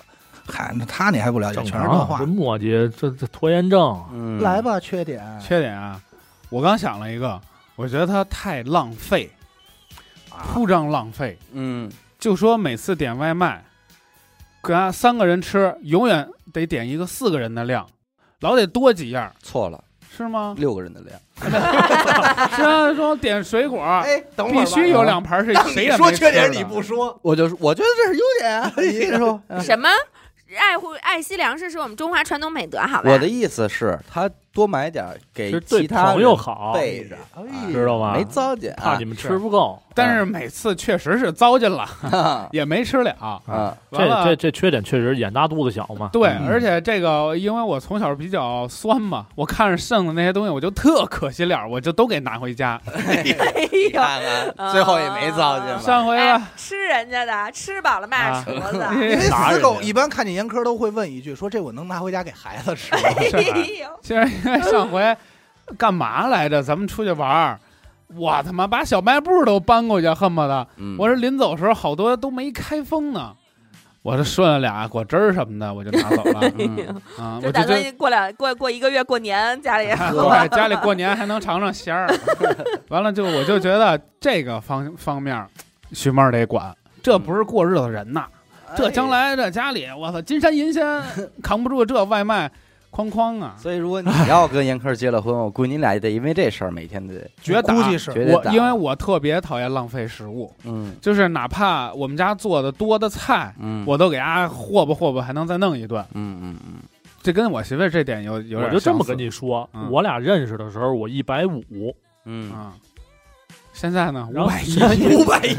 嗨，那他你还不了解，正全是这常啊，话这。墨迹，这这拖延症，嗯，来，吧，缺点，缺点啊，我刚想了一个，我觉得他太浪费，啊铺张浪费。嗯，就说每次点外卖，给他三个人吃，永远得点一个四个人的量，老得多几样，错了，？是吗六个人的量，是啊，说点水果，哎，等会儿吧必须有。两盘是当你谁也没说缺吃点的你不说，我就我觉得这是优点啊。你跟说，什么？爱护爱惜粮食是我们中华传统美德，好吧？我的意思是，他多买点儿是给对其他朋友好，备着，哎知道吗？没糟践怕啊你们吃不够。嗯但是每次确实是糟践了，啊也没吃了。啊，完这了这这缺点确实眼大肚子小嘛，对，嗯而且这个因为我从小比较酸嘛，我看着剩的那些东西，我就特可惜了，我就都给拿回家。哎你呦，看 看，最后也没糟践吧？上回哎啊，吃人家的，吃饱了骂啊厨子。因为打死人狗家一般看见严科都会问一句，说这我能拿回家给孩子吃吗。 哎呦，其实因为上回干嘛来着？咱们出去玩儿，我他妈把小卖部都搬过去，恨不得嗯我这临走的时候好多都没开封呢。我这顺了俩果汁儿什么的，我就拿走 了嗯啊！就我打就觉算过两过过一个月过年家里 喝吧。对，家里过年还能尝尝鲜儿。完了就我就觉得这个方方面儿，徐妹儿得管，这不是过日子的人呐。嗯这将来这家里，我操，金山银山扛不住这外卖，哐哐啊，哎所以，如果你要跟严科结了婚，我估计你俩得因为这事儿每天得绝打。估计是绝对我打。因为我特别讨厌浪费食物，嗯就是哪怕我们家做的多的菜，嗯，我都给它霍吧霍吧，还能再弄一顿。嗯嗯嗯这跟我媳妇儿这点有有点我就这么相似跟你说，嗯我俩认识的时候我一百 五，嗯，啊。现在呢，然五后百一，五百一，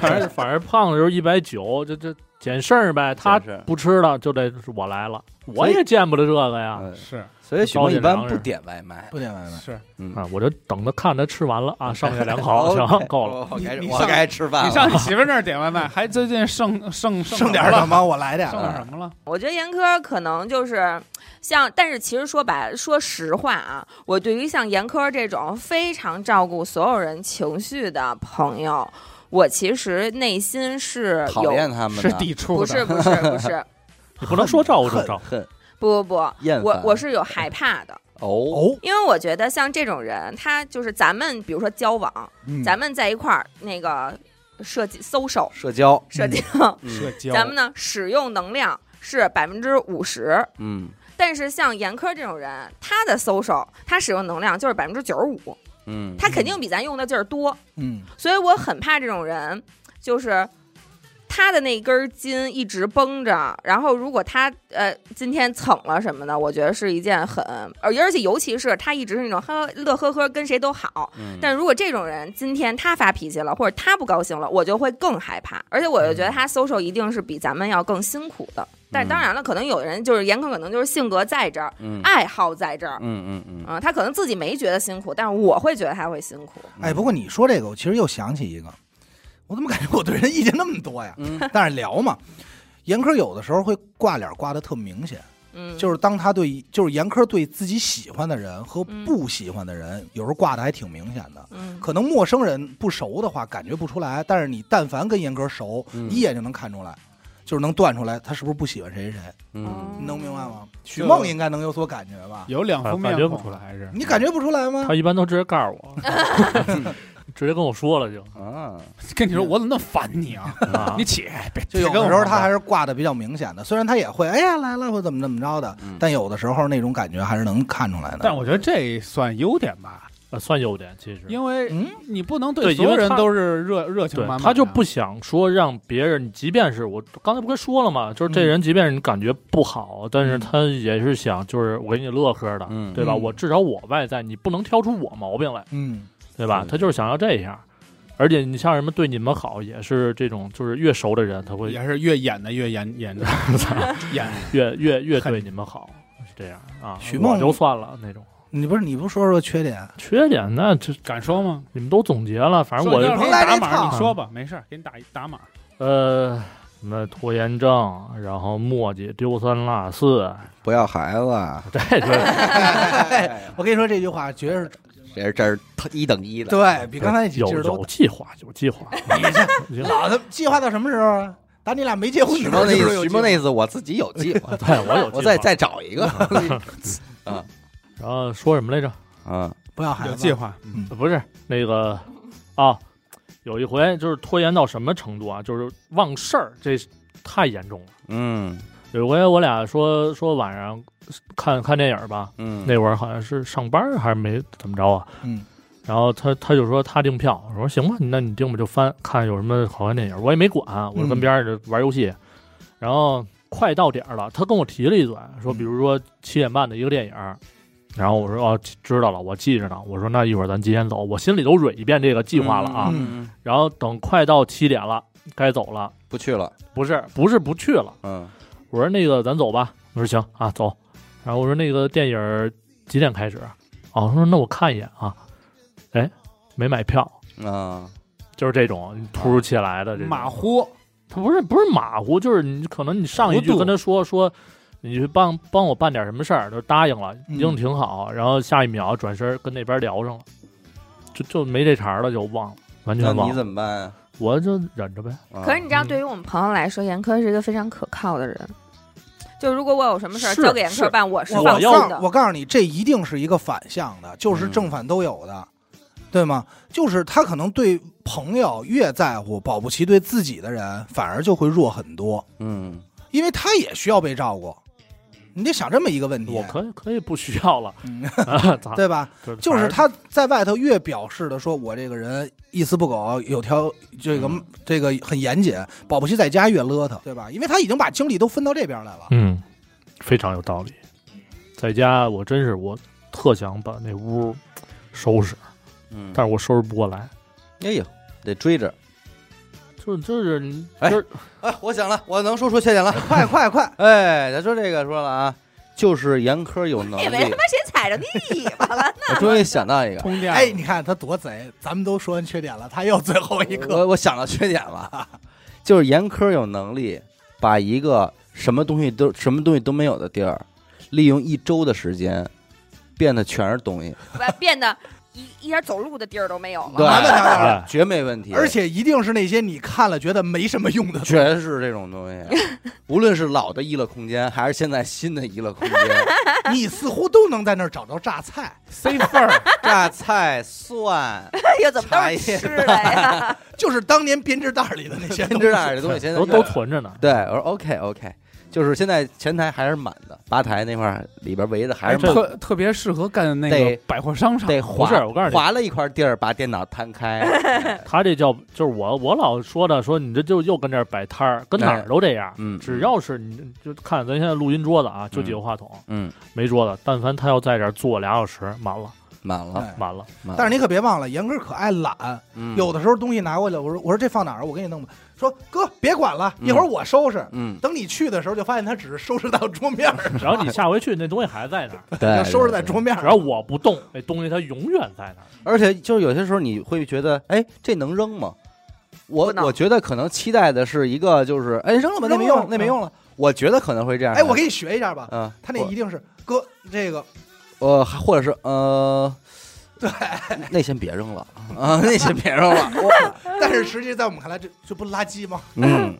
反正反正胖的时候一百九，这这捡事儿呗。他捡事儿不吃了就得是我来了，我所以也见不得这个呀。嗯是所以许梦一般啊高不点粮点外卖。不点外卖。是。嗯，啊，我就等着看他吃完了啊，上下 两口 OK，行够了。我我该你我上该吃饭了。 你上你媳妇儿那儿点外卖，还最近剩剩啊剩点点儿儿了什，么？我来点 剩儿。点儿什么了？我觉得严科可能就是像，但是其实说白，说实话啊，我对于像严科这种非常照顾所有人情绪的朋友，我其实内心是讨有，厌他们是的抵触不是的，不是 不是，你不能说照顾就照恨不不不，厌我烦我是有害怕的，哦，哦，因为我觉得像这种人，他就是咱们比如说交往，嗯咱们在一块儿那个设计搜手社交，设计，嗯交咱们呢使用能量是百分之五十，嗯但是像严科这种人，他的 social 他使用能量就是百分之九十五，嗯，他肯定比咱用的劲儿多，嗯，所以我很怕这种人，就是他的那根筋一直绷着，然后如果他呃今天蹭了什么的，我觉得是一件很，而而且尤其是他一直是那种呵乐呵呵，跟谁都好，嗯但如果这种人今天他发脾气了，或者他不高兴了，我就会更害怕，而且我就觉得嗯他 social 一定是比咱们要更辛苦的。但当然了，可能有的人就是严苛，可能就是性格在这儿，嗯爱好在这儿，嗯嗯嗯，他可能自己没觉得辛苦，但是我会觉得他会辛苦。哎，不过你说这个，我其实又想起一个，我怎么感觉我对人意见那么多呀？嗯但是聊嘛，严科有的时候会挂脸挂的特明显，嗯，就是当他对就是严科对自己喜欢的人和嗯不喜欢的人，有时候挂的还挺明显的。嗯，可能陌生人不熟的话感觉不出来，但是你但凡跟严科熟，嗯一眼就能看出来，就是能断出来他是不是不喜欢谁谁谁。嗯，你能明白吗？许就梦应该能有所感觉吧？有两副面感觉啊不孔出来还是 你感觉不出来吗他？一般都直接告诉我，直接跟我说了就。啊，跟你说我怎么那么烦你啊？啊你起来，别就有别跟的我时候他玩还是挂的比较明显的，虽然他也会哎呀来了或怎么怎么着的嗯，但有的时候那种感觉还是能看出来的。但我觉得这算优点吧，呃算优点其实。因为嗯，你不能对所有因为人他都是热热情对满满的，他就不想说让别人，即便是我刚才不跟说了吗？就是这人，即便是你感觉不好，但是他也是想，就是我给你乐呵的，嗯对吧？嗯我至少我外在，你不能挑出我毛病来，嗯，对吧？对他就是想要这样。而且你像什么对你们好，也是这种，就是越熟的人，他会也是越演的越严严 重，演越越越很对你们好，是这样啊。许我梦就算了那种你不是你不说说缺点，缺点，那就敢说吗？你们都总结了，反正我说就要是给你甭来打这码，套你说吧，没事儿，给你打一打码。呃，什么拖延症，然后墨迹、丢三落四，不要孩子，啊这就是。哎哎 我跟你说这句话绝对是这是这是一等一的，对比刚才那几有劲儿都有计划，有计划。已经老的计划到什么时候啊？打你俩没结婚的许时候梦那就意是思，有许计划梦那意思，我自己有计划，啊对我 有计划。我再再找一个，然后说什么来着？呃啊，不要孩有子，计划，嗯不是那个啊，有一回就是拖延到什么程度啊？就是忘事儿，这太严重了。嗯有一回我俩说说晚上看看电影吧，嗯，那会儿好像是上班儿还是没怎么着啊。嗯，然后他他就说他订票，我说行吧，那你订吧，就翻看有什么好看电影，我也没管，我就跟边嗯上就玩游戏。然后快到点儿了，他跟我提了一嘴，说比如说七点半的一个电影，然后我说哦知道了，我记着呢。我说那一会儿咱几点走？我心里都蕊一遍这个计划了啊。嗯，然后等快到七点了，该走了，不去了，不是不是不去了，嗯我说那个咱走吧，我说行啊走，然后我说那个电影儿几点开始？哦，他说那我看一眼啊，哎，没买票，啊，就是这种突如其来的这种马，虎，他不是不是马虎，就是你可能你上一糊句涂跟他说说，你去帮帮我办点什么事儿，就答应了，嗯应得挺好，然后下一秒转身跟那边聊上了，就就没这茬儿了，就忘了，完那全忘你了，怎么办啊？我就忍着呗，啊可是你知道，嗯对于我们朋友来说，严科是一个非常可靠的人。就如果我有什么事儿是交给严科是办，我是我放要心告的。我告诉你，这一定是一个反向的，就是嗯正反都有的，对吗？就是他可能对朋友越在乎，保不齐对自己的人反而就会弱很多，嗯因为他也需要被照顾。你得想这么一个问题嗯我，可以可以不需要了，嗯 啊咋对吧？就反是正他在外头越表示的说，我这个人一丝不苟，有条这个、嗯这个很严谨，保不齐在家越邋遢，对吧？因为他已经把精力都分到这边来了。嗯，非常有道理。在家我真是我特想把那屋收拾，嗯，但是我收拾不过来。哎呦，得追着。就就是你哎就是哎，我想了，我能说出缺点了。快快快！哎，咱说这个说了啊，就是严苛有能也哎没他力妈。谁踩着你尾巴了，我终于想到一个，通电。哎，你看他多贼，咱们都说完缺点了，他又最后 一个。我我想到缺点了，就是严苛有能力把一个什么东西都什么东西都没有的地儿，利用一周的时间，变得全是东西，我变得一一点走路的地儿都没有对了。麻烦他点儿，哎，绝没问题。而且一定是那些你看了觉得没什么用 的。全是这种东西，啊无论是老的娱乐空间，还是现在新的娱乐空间，你似乎都能在那儿找到榨菜，C 份儿，榨菜、蒜、 哎呀，怎么都是吃的啊呀？就是当年编织袋里的那些编东织西。袋的东西，现在都越来都越存着呢。对，我说 OK OK，就是现在前台还是满的，吧台那块儿里边围的还是满的，哎特特别适合干那得个百货商场。得不划是，我告诉你，划了一块地儿把电脑摊开， 他这叫就是我我老说的，说你这就又跟这儿摆摊儿，跟哪儿都这样。嗯，只要是你就看咱现在录音桌子啊，就几个话筒，嗯没桌子。但凡他要在这儿坐俩小时，满了，满了，哎满了。满了但是你可别忘了，严哥可爱懒，嗯有的时候东西拿过来，我说我说这放哪儿？我给你弄吧。说哥别管了，一会儿我收拾。 嗯，等你去的时候，就发现他只是收拾到桌面儿， 只要你下回去，那东西还在那儿。对， 就收拾在对桌面只要儿。我不动，那东西它永远在那儿。而且就是有些时候你会觉得，哎，这能扔吗？我不能我觉得可能期待的是一个就是，哎，扔了吧，那没扔了嗯用，那没用了。我觉得可能会这样。哎，我给你学一下吧。嗯，他那我一定是哥这个呃，或者是 呃，对，那先别扔了啊，那先别扔 了。我，但是实际在我们看来，这这不垃圾吗？ 嗯，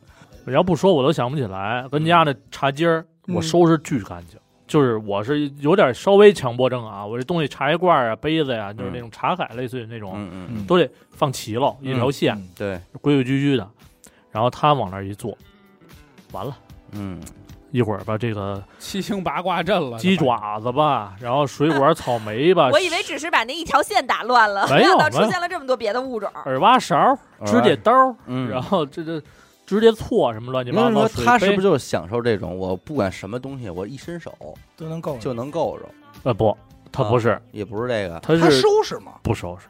你要不说我都想不起来，跟家那茶几儿，嗯我收拾巨干净。就是我是有点稍微强迫症啊，我这东西茶叶罐儿啊、杯子呀、就是那种茶海类似于那种，嗯嗯，都得放齐了，一条线，嗯对，规规矩矩的。然后他往那儿一坐，完了，嗯一会儿吧，这个七星八卦阵了，鸡爪子吧，然后水果、草莓吧， 我以为只是把那一条线打乱了，没没有想到出没有现了这么多别的物种。耳挖勺、指甲刀，嗯，然后这这指甲锉什么乱七你八们糟说水杯。他是不是就是享受这种？我不管什么东西，我一伸手都能够。就能够着，呃不，他不是，也不是这个，他他是收拾吗？不收拾，，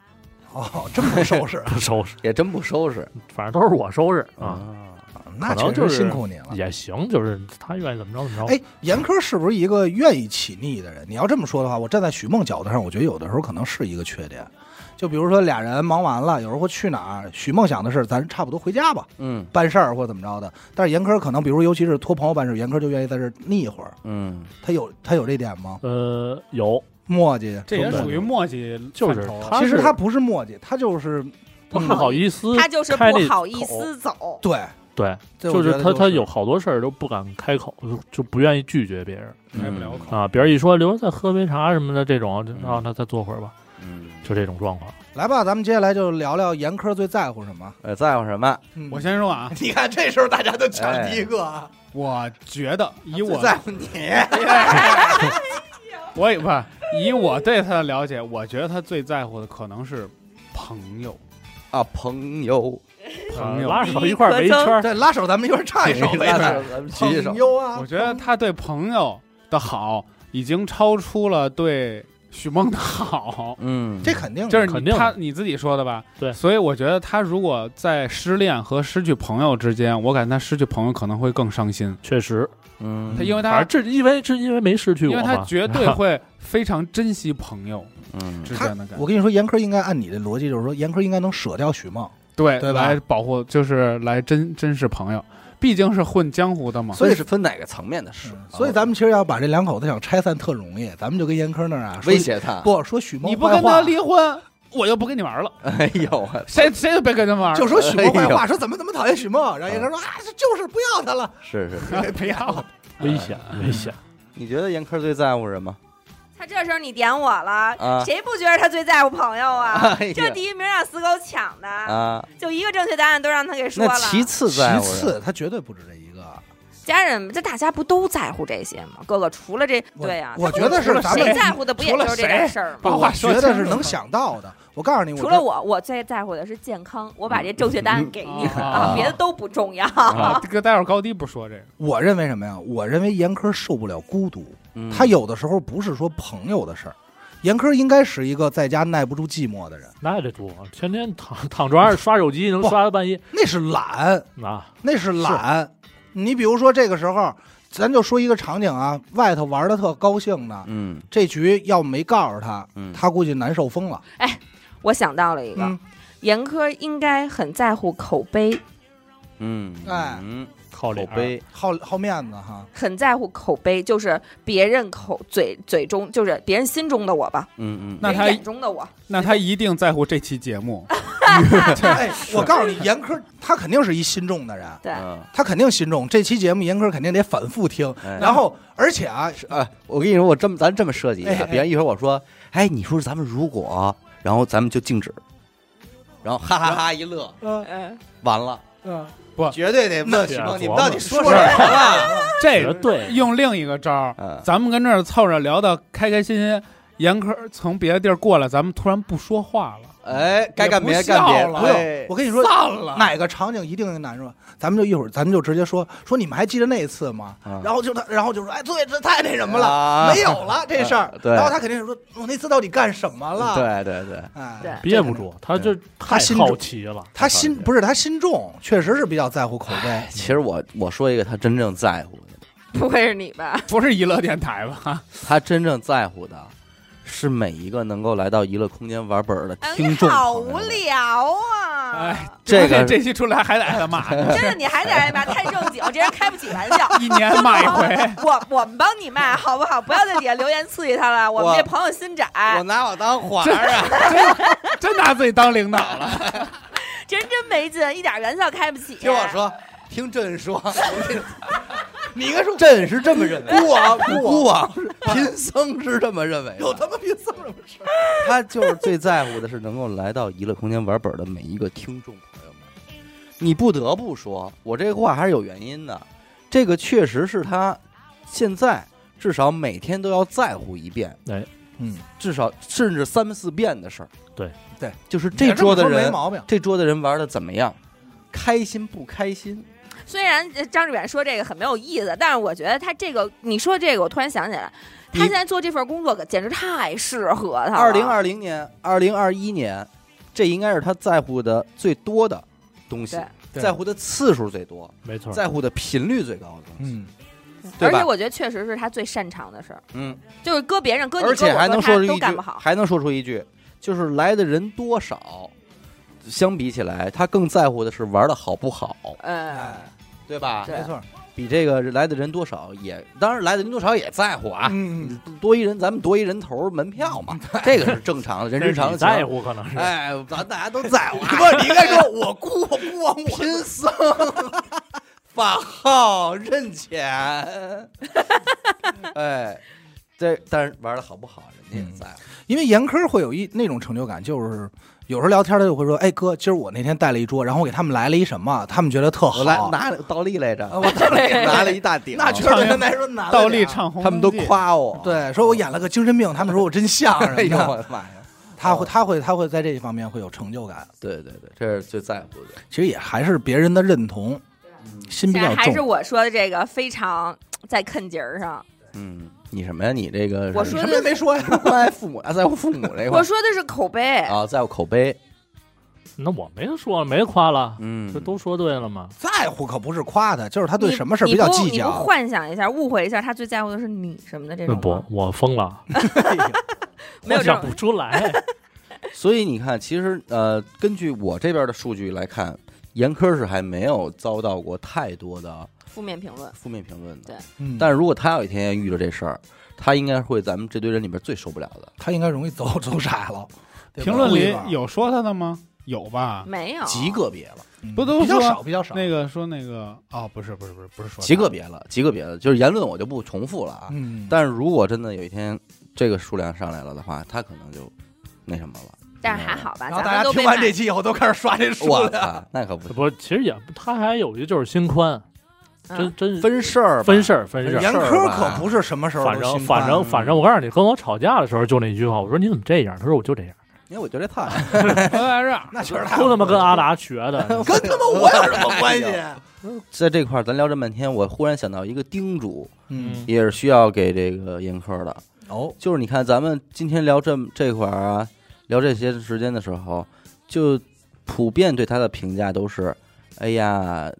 哦，真不收拾不收拾，也真不收拾反正都是我收拾啊。啊。那可能确就实是辛苦你了。也行，就是他愿意怎么着怎么着。哎，严科是不是一个愿意起腻的人？你要这么说的话，我站在许梦角度上，我觉得有的时候可能是一个缺点。就比如说俩人忙完了，有时候去哪儿，许梦想的是咱差不多回家吧，嗯办事儿或怎么着的。但是严科可能，比如尤其是托朋友办事，严科就愿意在这儿腻一会儿。嗯，他有他有这点吗？呃，有，墨迹，这也属于墨迹范畴，就是他其实是他不是墨迹，他就是不嗯好意思，他就是开不那好意口，思走，对，对，这就我觉是得他就他有好多事儿都不敢开口，就就不愿意拒绝别人开不了口。啊。别人一说留着再喝杯茶什么的这种，就嗯啊，那再坐会儿吧，嗯，就这种状况。来吧，咱们接下来就聊聊严科最在乎什么。呃，在乎什么？嗯我先说 啊，你看这时候大家都抢第一个啊，我觉得以最我在乎你， 我也不是以我对他的了解，我觉得他最在乎的可能是朋友，啊，朋友，哎朋呃友。拉手一块儿围一圈儿，对，拉手咱们一块儿唱一 首呗。那是咱们举一手朋。友啊，我觉得他对朋友的好已经超出了对许梦的 好，嗯，这肯定的就是肯你定的他你自己说的吧？对所以我觉得他如果在失恋和失去朋友之间，我感觉他失去朋友可能会更伤心，确实，嗯，他因为反他正这因为这因为没失去因我为他嘛，绝 对会非常珍惜朋友嗯之间的感觉我，跟你说，严科应该按你的逻辑，就是说严科应该能舍掉许梦，对对吧来保护就是来珍珍视朋友，毕竟是混江湖的嘛。所以是分哪个层面的事？嗯啊所以咱们其实要把这两口子想拆散特容易，咱们就跟严科那儿啊说威胁他。不说许梦你不坏跟话他离婚，我就不跟你玩了，哎呦，谁谁都别跟他玩，就说许梦坏哎话，说怎么怎么讨厌许梦，然后严科说啊，就是不要他了，是是，是不要。危险 危险。你觉得严科最在乎什么？他这时候你点我了，啊谁不觉得他最在乎朋友啊？哎呀这第一名让死狗抢的，啊，就一个正确答案都让他给说那了。其次其在乎什么，次他绝对不止这一个。家人，这大家不都在乎这些吗？哥哥，除了这，我对呀、我他觉得是除了咱们谁在乎的不也除了就是这点谁事儿吗？把话说我觉得清是楚能想到的。我告诉你，除了我我，我最在乎的是健康，我把这正确答案给你嗯啊，啊别的都不重要。 啊，这个待会儿高低不说这个，我认为什么呀？我认为严科受不了孤独，嗯他有的时候不是说朋友的事儿。严科应该是一个在家耐不住寂寞的人，那也得住，啊天天躺躺床上刷手机，能不刷到半夜那是懒，啊。那是懒。你比如说这个时候，咱就说一个场景啊，外头玩的特高兴呢，嗯这局要没告诉他，嗯，他估计难受疯了。我想到了一个，嗯，严科应该很在乎口碑，嗯哎嗯靠口脸，碑，好好面子哈，很在乎口碑，就是别人口嘴嘴中，就是别人心中的我吧，嗯嗯，那别人他眼中的我。那他一定在乎这期节目。啊哎，我告诉你，严科他肯定是一心重的人，对，嗯他肯定心重。这期节目严科肯定得反复听，哎然后而且啊，啊，我跟你说，我这么咱这么设计一哎下，哎比方一会儿我说，哎，你说咱们如果，然后咱们就静止，然后哈哈哈一乐，呃，嗯，完了，嗯，绝对得问对许啊梦，你琢们磨到底说什么了？这绝对用另一个招儿，嗯，咱们跟这儿凑着聊的开开心心，严科从别的地儿过来，咱们突然不说话了，哎，该干别的也不干别的，笑了哎我跟你说，散了。哪个场景一定难受？咱们就一会儿，咱们就直接说说，你们还记得那一次吗？嗯然后就他，然后就说，哎，对，这太那什么了，啊没有了这事儿啊。 对然后他肯定是说，我那次到底干什么了？，对对对，哎，对憋不。住，他就太心好中奇了。他心不是他心重，确实是比较在乎口碑哎，。其实我我说一个他真正在乎的，不会是你吧？不是娱乐电台啊吧？他真正在乎的是每一个能够来到娱乐空间玩本儿的哎听你众朋好友们。无聊啊！哎，这个而且这期出来还得挨 他骂，真的，你还得挨骂，太正经，这人开不起玩笑。一年骂一回。我我们帮你卖好不好？不要在底下留言刺激他了，我们我这朋友心窄，我拿我当皇上啊！真真拿自己当领导了，这人真没劲，一点玩笑开不起。听我，说，听朕说， 你应该说，朕是这么认为的，孤王孤王贫僧是这么认为有的。他妈比丧什么事儿？他就是最在乎的是能够来到娱乐空间玩本儿的每一个听众朋友们。你不得不说，我这话还是有原因的。这个确实是他现在至少每天都要在乎一遍，嗯，至少甚至三四遍的事儿。对对，就是这桌的你这么说没人，毛病。这桌的人玩的怎么样，开心不开心？虽然呃张志远说这个很没有意思，但是我觉得他这个，你说这个，我突然想起来，你他现在做这份工作可简直太适合他了。二零，二零年、二零二一年，这应该是他在乎的最多的东西对，对在乎的次数最多，没错，在乎的频率最高的东西。嗯，对而吧且我觉得确实是他最擅长的事儿，嗯，就是搁别人，搁你，而且搁还我，能搁说他出一都干句不，好。还能说出一句，就是来的人多少，相比起来，他更在乎的是玩的好不好，嗯，哎，对吧？对没错，比这个来的人多少也，当然来的人多少也在乎啊。嗯，多一人，咱们多一人头门票嘛，这个是正常的，人之这是常你情。在乎可能 是。哎，咱大家都在乎。啊不是，你应该说，我姑我姑我 我贫僧，法号认钱。 哎，这但是玩的好不好，人家也在乎。因为严科会有一那种成就感，就是有时候聊天他就会说：“哎哥，今儿我那天带了一桌，然后我给他们来了一什么，他们觉得特好。我来拿了倒立来着，啊我倒立 拿了一大 顶， 那确实跟来说难了点儿。倒立唱红，他们都。夸 我。，对，说我演了个精神病，他们说我真 像什么哎呦我哦的。的妈呀！他会他会他会在这一方面会有成就感，对对对，这是最在乎的。其实也还是别人的认同，嗯心比现在较还是重。我说的这个非常在啃节儿上。嗯，你什么呀？你这个我是说什么也没说呀， 关爱父母，啊，在乎父母这块我儿说的是口碑，啊，在乎口碑。那我没得说了，没得夸了，嗯，这都说对了嘛。在乎可不是夸他，就是他对你什么事儿比较计你不你不较。幻想一下，误会一下，他最在乎的是你什么的这嗯那种吗。嗯不，我疯了，没我有这想种不出来。所以你看，其实呃，根据我这边的数据来看，严科是还没有遭到过太多的负面评论。负面评论的。对嗯但是如果他有一天遇到这事儿，他应该会咱们这堆人里边最受不了的。他应该容易走 走傻了。对吧评论里故意吧有说他的吗？有吧？没有极个别了，嗯不都比较说少，比较少。那个说那个哦，不是不是不是不是说他极个别了，极个别了，就是言论我就不重复了啊。嗯，但是如果真的有一天这个数量上来了的话，他可能就那什么了。但是还好吧，然后咱大们家都听被完骂这期以后都开始刷这数我量。操，那可不行。不，其实也他还有一个就是心宽，真嗯真分事儿吧，分事儿分事儿。严科可不是什么时候反都正心宽嗯反正反正，我告诉你，跟我吵架的时候就那一句话，我说你怎么这样？他说我就这样，因为我觉得他哎 呀那确实都他妈跟阿达学 的。 跟他妈我有什么关系？啊在这块儿咱聊这半天，我忽然想到一个叮嘱，嗯，也是需要给这个严科的，哦，就是你看咱们今天聊这这块儿啊，聊这些时间的时候，就普遍对他的评价都是，哎呀，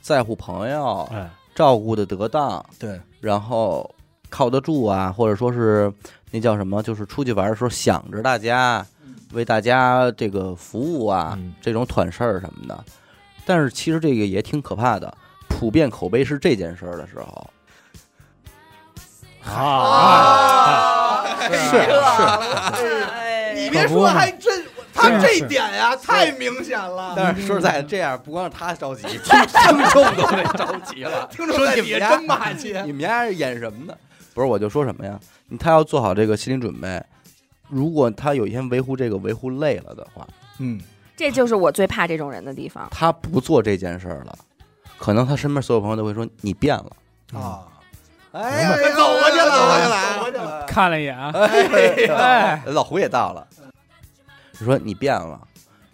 在乎朋友，哎，照顾的得当，对，然后靠得住啊，或者说是那叫什么，就是出去玩的时候想着大家，为大家这个服务啊，嗯这种团事儿什么的。但是其实这个也挺可怕的，普遍口碑是这件事儿的时候，啊，是哎 你别说，还真他这一点呀太明显了， 但是说实嗯在，这样不光是他着急， 听听众都得着急了。听众在底下真骂街。你们家是演什么的？不是，我就说什么呀？你他要做好这个心理准备，如果他有一天维护这个维护累了的话，嗯，这就是我最怕这种人的地方。他不做这件事儿了，可能他身边所有朋友都会说你变了。啊，哎呀走过去了，走哎了，走过过去去哎了看了一眼啊，了。哎，老胡也到了，就说你变了，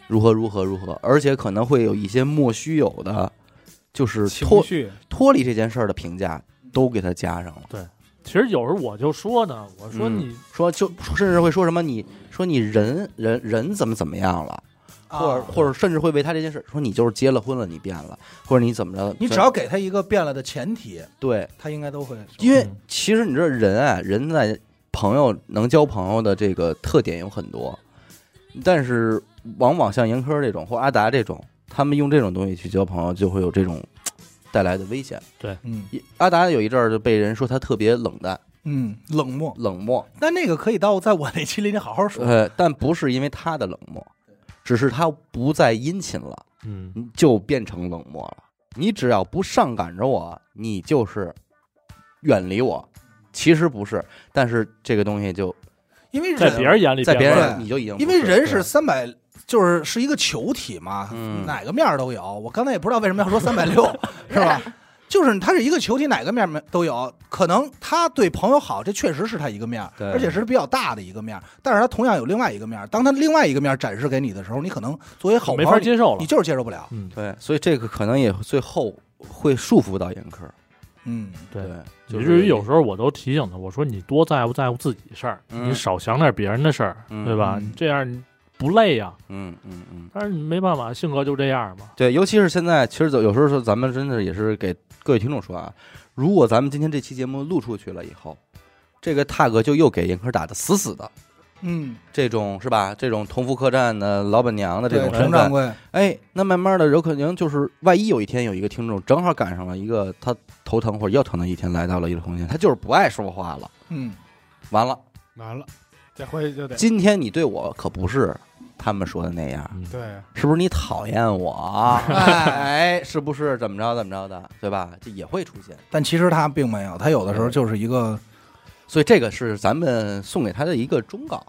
如何如何如何，而且可能会有一些莫须有的，就是情脱绪脱离这件事儿的评价都给他加上了。其实有时候我就说呢，我说嗯你说就甚至会说什么你说你人人人怎么怎么样了，或者啊或者甚至会为他这件事说你就是结了婚了，你变了，或者你怎么着，你只要给他一个变了的前提，对，他应该都会。因为嗯其实你知道人啊，人在朋友能交朋友的这个特点有很多，但是往往像严科这种或阿达这种，他们用这种东西去交朋友，就会有这种嘖带来的危险。嗯一阿达有一阵儿就被人说他特别冷淡、嗯，冷漠。冷漠，但那个可以到在我那期里你好好说。呃，但不是因为他的冷漠，只是他不再殷勤了。嗯，你就变成冷漠了。你只要不上赶着我，你就是远离我。其实不是，但是这个东西就因为在别人眼里在别变了人你就已经不因为是人是三百，就是是一个球体嘛，嗯哪个面儿都有。我刚才也不知道为什么要说三百六， 是吧？就是它是一个球体，哪个面儿都有。可能他对朋友好，这确实是他一个面儿，对而且是比较大的一个面儿。但是他同样有另外一个面儿，当他另外一个面儿展示给你的时候，你可能作为好朋没友，法接你，受了你。就是接受不了。嗯，对，所以这个可能也最后会束缚到严科。嗯，对。就以是至于有时候我都提醒他，我说你多在乎在乎自己事儿，嗯你少想点别人的事儿，嗯对吧嗯？这样你不累呀、嗯嗯嗯，但是你没办法，性格就这样嘛。对，尤其是现在，其实有时候说咱们真的也是给各位听众说啊，如果咱们今天这期节目录出去了以后，这个 tag 就又给严科打的死死的。嗯，这种是吧？这种同福客栈的老板娘的这对种，身佟份掌，柜，哎，那慢慢的有可能就是，万一有一天有一个听众正好赶上了一个他头疼或者腰疼的一天来到了一个空间，他就是不爱说话了，嗯，完了，完了，这回就得今天你对我可不是他们说的那样，嗯，对是不是你讨厌我？哎，是不是怎么着怎么着的，对吧？这也会出现，但其实他并没有，他有的时候就是一个，所以这个是咱们送给他的一个忠告。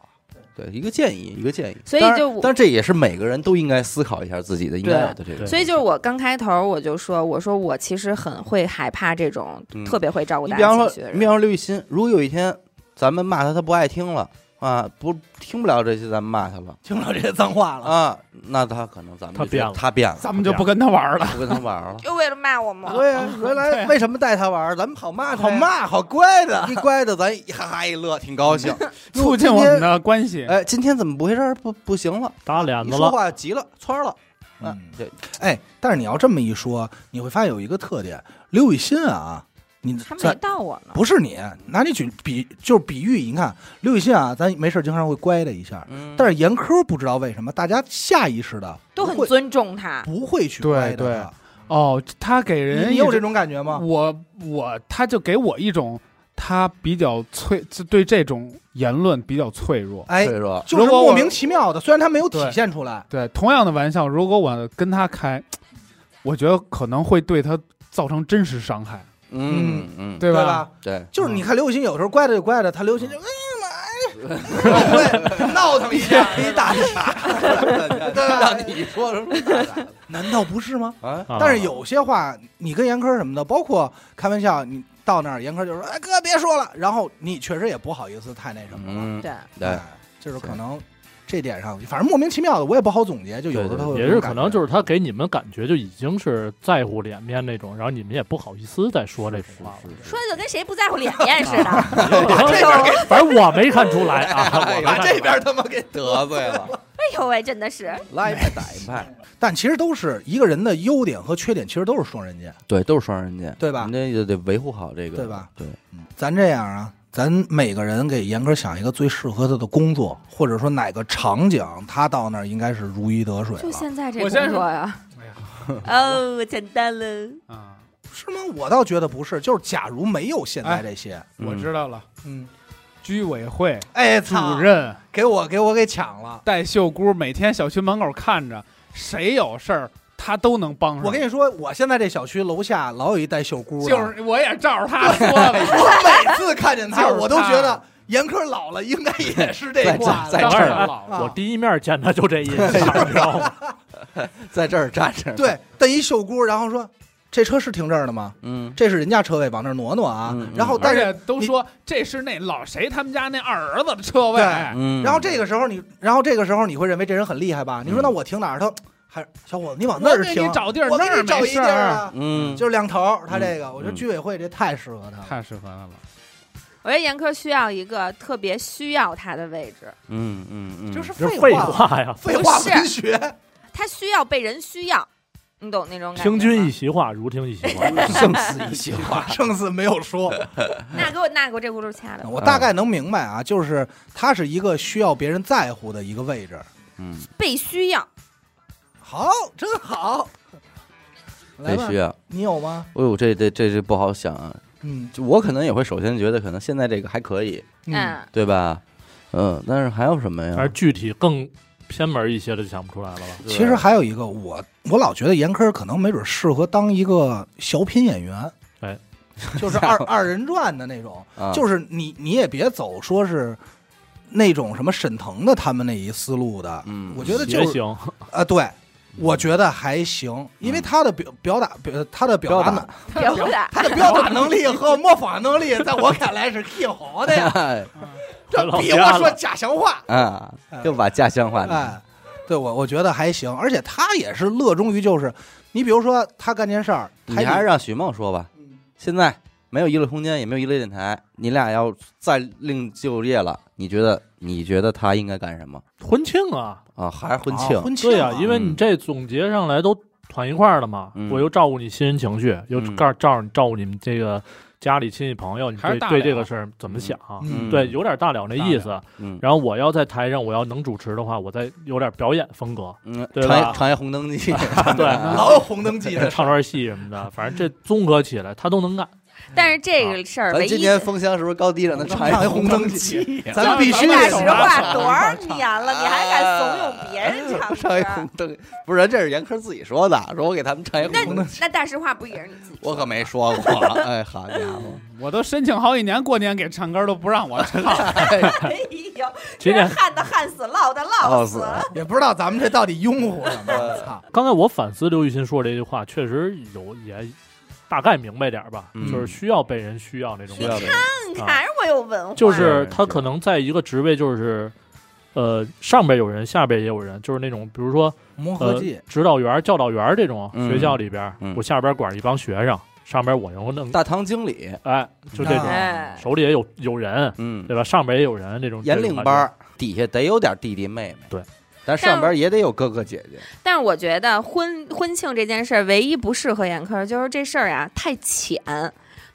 对，一个建议，一个建议。所以当然就我但这也是每个人都应该思考一下自己的应该有的这个。对所以就是我刚开头我就说，我说我其实很会害怕这种嗯特别会照顾你大比方家说情绪的，你比人。。方说刘雨欣，如果有一天咱们骂他，他不爱听了啊，不听不了这些，咱们骂他了听不了这些脏话了。啊，那他可能咱们他就觉得变了他变了，咱们就不跟他玩了。不跟他玩了就为了骂我吗？ 对呀，原来为什么带他玩？咱们好骂他，好，骂，好乖的，一乖的，咱一哈哈一乐，挺高兴。促进我们的关系。哎，今天怎么不回事儿？不不行了，打脸你子说了，话急了，窜了。啊嗯，对，哎，但是你要这么一说，你会发现有一个特点，刘雨欣啊，你他没咱到我呢。不是你，拿你举比就是比喻，你看刘雨欣啊，咱没事经常会乖的一下，嗯但是严科不知道为什么，大家下意识的都很不会尊重他，不会去对乖的对他。哦，他给你人你一有种这种感觉吗？我我他就给我一种他比较脆，就对这种言论比较脆弱。哎所，以说，就是如果我莫名其妙的，虽然他没有体对现出来，对，同样的玩笑，如果我跟他开，我觉得可能会对他造成真实伤害，嗯嗯，对对吧？吧？对，就是你看刘雨欣有时候乖的就乖的，他刘雨欣就哎呀妈呀，闹腾一下，一大让你说什么难道不是吗？啊？啊但是有些话，你跟严科什么的，包括开玩笑，你到那儿，严科就说：“哎，哥别说了。”然后你确实也不好意思太那什么了。嗯，对，对哎，，就是可能这点上，反正莫名其妙的，我也不好总结，就有对的对他会也是可能就是是他给你们感觉就已经是在乎脸面那种，然后你们也不好意思再说这种话了。 说的就跟谁不在乎脸面似 的。哎反正我没看出来啊，哎我没看出来他妈给得罪了，哎呦喂，真的是，来一派打一派，但其实都是一个人的优点和缺点，其实都是双刃剑。对，都是双刃剑，对吧你这就得维护好这个，对吧？ 对，咱这样啊，咱每个人给严科想一个最适合他的工作，或者说哪个场景，他到那儿应该是如鱼得水就了，现在这我先工作呀哎呀，哦，简单了。啊，是吗？我倒觉得不是，就是假如没有现在这些，嗯我知道了，嗯，居委会哎，主操任给我给我给抢了。带秀姑每天小区门口看着，谁有事儿他都能帮上。我跟你说，我现在这小区楼下老有一带秀姑的，就是我也照着他说的，我每次看见就她，是她我都觉得严科老了应该也是这在一挂在 在的。当这然儿了，啊哎我第一面见他就这印象，你知道吗？在这儿站着，，对，蹬一袖箍，然后说这车是停这儿的吗？嗯，这是人家车位，往那儿挪挪啊。嗯嗯然后，但而是，且都说这是那老谁他们家那二儿子的车位，对嗯，然后这个时候你，然后这个时候你会认为这人很厉害吧？你说那嗯我停哪儿？他还小伙子，你往那我儿给停，你找地儿，我那给儿你找没一事地儿儿，啊。嗯，就是两头儿，他这个，嗯我觉得嗯居委会这太适合他了。太适合他了。我觉得严科需要一个特别需要他的位置，嗯嗯嗯，就是这废废话，话呀！废话不是文学，他需要被人需要，你懂那种感觉吗？听君一席话，如听一席哎话。生死一 席话，上次没有说。嗯那给我那给我这轱辘掐的，我大概能明白啊，就是他是一个需要别人在乎的一个位置。 嗯，被需要。好，真好。来必吧须，，啊！你有吗？哎呦，这这这这不好想啊！嗯就我可能也会首先觉得，可能现在这个还可以，嗯，嗯，对吧？嗯，但是还有什么而呀？具体更偏门一些的就想不出来了吧？其实还有一个，我我老觉得严科可能没准适合当一个小品演员，哎，就是 二二人转的那种，啊就是你你也别走说是那种什么沈腾的他们那一思路的，嗯我觉得也就是行， 啊，对，我觉得还行，因为他的表表达表他的表达嗯表达能别不嗯打，他的 表达能力和模仿能力，在我看来是替 好的呀，这老比家我说了家乡话。啊，又把家乡话哎，对我我觉得还行，而且他也是乐衷于就是，你比如说他干件事儿，他你还也是让许梦说吧。嗯现在没有娱乐空间，也没有娱乐电台，你俩要再另就业了，你觉得你觉得他应该干什么婚庆啊，啊？还是婚啊庆？婚庆 对呀、啊因为你这总结上来都团一块儿了嘛，嗯我又照顾你新人情绪，又嗯照照顾照顾你们这个家里亲戚朋友，你还是对大对聊这个事儿怎么想？啊嗯对，有点大了那意思。嗯然后我要在台上，我要能主持的话，我再有点表演 风格，嗯，对传吧一传一红灯记， 对啊老有红灯 记的唱段戏什么的，反正这综合起来他都能干。但是这个事 儿咱唯今一年风箱是不是高低嗯让他传唱一红红 灯灯记？记，咱咱们必说须大得实走话多少年了，你还敢怂恿别人唱 啊唱一歌红？灯，不是这是严科自己说的，说我给他们唱一那红灯，那大实话不也是你自己？我可没说过。 哎，好家伙，我都申请好几年，过年给唱歌都不让我唱，哎 呦，今这天 是旱的旱死，涝的笑 涝哦死死。了！也不知道咱们这到底拥护 什呃么。操，刚才我反思刘雨欣说这句话，确实有也大概明白点儿吧，嗯就是需要被人需要那种需感要觉。的你看着我有文化，就是他是可能在一个职位，就是呃上边有人，下边也有人，就是那种比如说磨合呃剂，指导员、教导员这种嗯学校里边嗯，我下边管一帮学生，上边我又弄大堂经理，哎，就这种啊哎，手里也有有人，嗯，对吧？上边也有人，这种引领班，儿底下得有点弟弟妹妹，对，但上边也得有哥哥姐姐。但是我觉得婚婚庆这件事儿唯一不适合严科，就是这事儿啊太浅。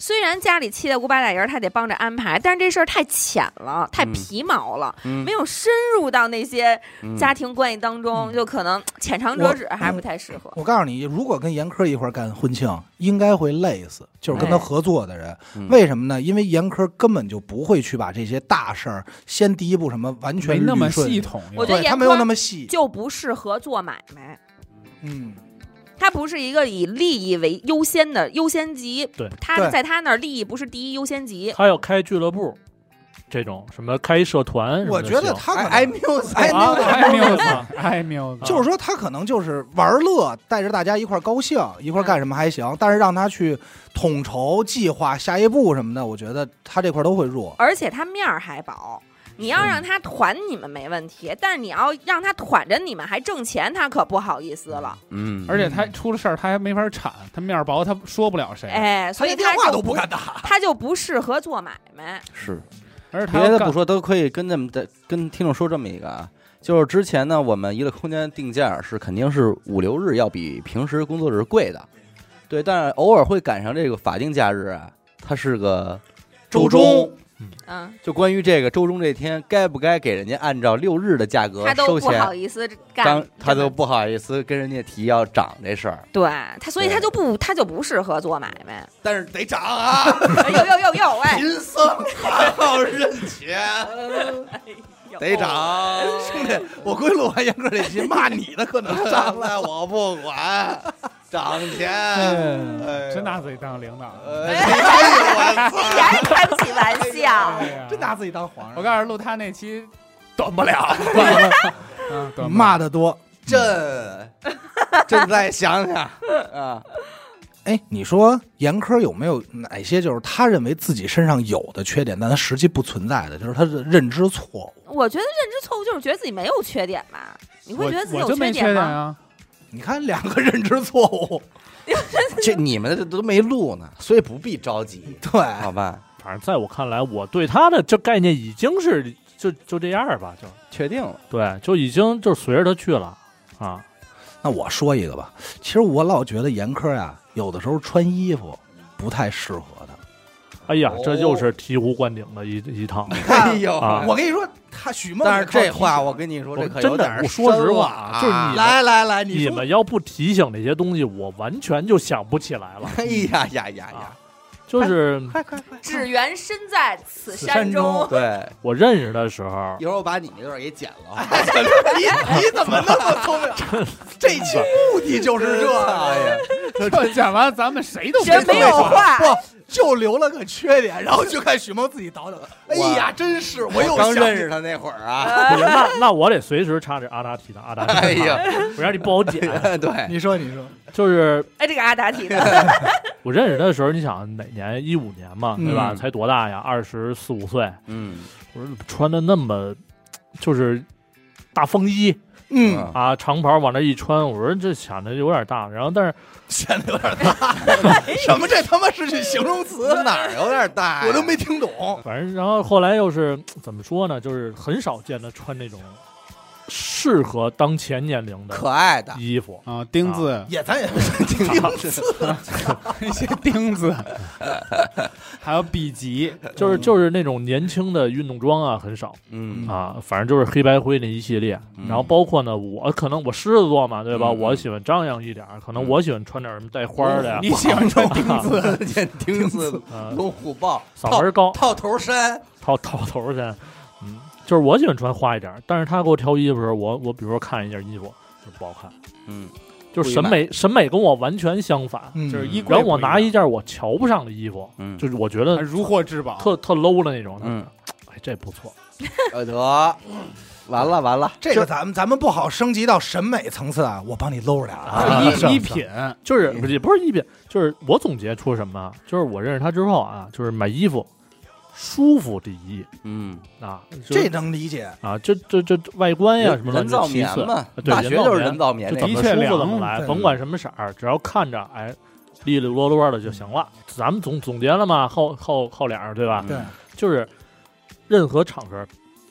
虽然家里七大姑八大姨儿他得帮着安排，但是这事儿太浅了，太嗯皮毛了，嗯没有深入到那些嗯家庭关系当中，就可能浅尝辄止，还不太适合。我告诉你，如果跟严科一块儿干婚庆，应该会累死。就是跟他哎合作的人，嗯为什么呢？因为严科根本就不会去把这些大事儿先第一步什么完全没那么捋顺系，统。我觉得对严他科没有那么细。就不适合做买卖，嗯，他不是一个以利益为优先的优先级。对他对在他那儿利益不是第一优先级。他要开俱乐部，这种什么开一社团什么的，我觉得行他可能 i music，哎啊哎爱那缪个斯，爱缪斯，就是说他可能就是玩乐，带着大家一块儿高兴，一块儿干什么还行，但是让他去统筹计划下一步什么的，我觉得他这块儿都会弱。而且他面儿还薄。你要让他团你们没问题，但是你要让他团着你们还挣钱，他可不好意思了。嗯，而且他出了事儿，他还没法铲，他面儿薄，他说不了谁。哎，所以他连电话就都不不敢打。他就不适合做买卖。是而且他别的干不说，都可以跟他们的跟听众说这么一个啊，就是之前呢，我们娱乐空间定价是肯定是五六日要比平时工作日贵的，对，但是偶尔会赶上这个法定假日啊，它是个周中。嗯，就关于这个周中这天该不该给人家按照六日的价格他收都不好钱，意思干这当么，他都不好意思跟人家提要涨这事儿，对他，所以对他就不他就不适合做买卖。但是得涨啊，哎呦呦呦呦，喂，贫僧还要认钱， 得涨，哦 兄弟，我估计录完严哥这期骂你的可能上来我不管，涨钱，哎真拿自己当领导。哎呦我你还是哎开不起玩笑哎。呀真拿自己当皇我上，告诉你录他那期短不了，嗯，短不了骂的多。朕朕再想想啊，哎，你说严苛有没有哪些就是他认为自己身上有的缺点，但他实际不存在的，就是他的认知错误？我觉得认知错误就是觉得自己没有缺点吧？你会我觉得自己我有就没缺点点吗？啊，你看两个认知错误，这你们这都没录呢，所以不必着急，对，好吧？反正在我看来，我对他的这概念已经是就就这样吧，就确定了，对，就已经就随着他去了啊。 那我说一个吧，其实我老觉得严苛呀、有的时候穿衣服不太适合他。哎呀哦，这又是醍醐灌顶的一一趟。哎呦啊我跟你说，他许梦，但是这话我跟你说，我这可真有的点我说实深了话啊，就是你来来来，你你说，们要不提醒那些东西，我完全就想不起来了。 哎呀呀呀呀啊，就是哎快快快，啊只缘身在此此山中 中，对，我认识的时候一，会儿我把你那段给剪了。你 你怎么那么聪明？这期目的就就是是这，哎呀，就讲完咱们谁都人没有说话。不就留了个缺点，然后就看许梦自己倒腾。哎呀，真是我又刚想认识他那会儿啊，不是那那我得随时插着阿达提的阿达提的，哎呀，哎我让你不好剪。对，你说你说，就是哎，这个阿达提的，我认识他的时候，你想哪年？一五年嘛，对吧？嗯才多大呀？二十四五岁，嗯我说穿的那么就是大风衣嗯，啊，长袍往那一穿，我说这显得有点大。然后但是显得有点 大。什么这他妈是句形容词？哪儿有点大呀，我都没听懂。反正然后后来又是怎么说呢？就是很少见他穿那种适合当前年龄的可爱的，衣服。啊，钉子，也咱也不是听 一些钉子， 还有笔记，就是就是那种年轻的运动装啊，很少嗯啊，反正就是黑白灰那一系列。嗯然后包括呢，我可能我狮子座嘛，对吧？嗯嗯我喜欢张扬一点儿，可能嗯哦我喜欢穿点什么带花儿的啊呀，你喜欢穿钉子，见钉子、啊，龙虎豹、嗓门儿高，套头衫，套套头儿去。嗯，就是我喜欢穿花一点儿，但是他给我挑衣服的时候，我我比如说看一件衣服就不好看，嗯，就是审美审美跟我完全相反。嗯就是衣柜不一样。然后我拿一件我瞧不上的衣服，嗯就是我觉它得如获至宝，呃特特 low 的那种，嗯，哎，这不错，呃得，完了完了， 这个咱们咱们不好升级到审美层次啊，我帮你搂着点儿啊是衣衣是品，就是也不是一品，就是我总结出什么，啊就是我认识他之后啊，就是买衣服舒服第一嗯，啊，就这能理解。啊，这这这这外观呀什么的人造其棉次，嘛，对大学就是人造棉就那怎个，么的确舒服怎么凉来，对甭管什么色儿，只要看着哎利利落落的就行了。咱们总总结了嘛，后后后脸儿对吧？对，就是任何场合，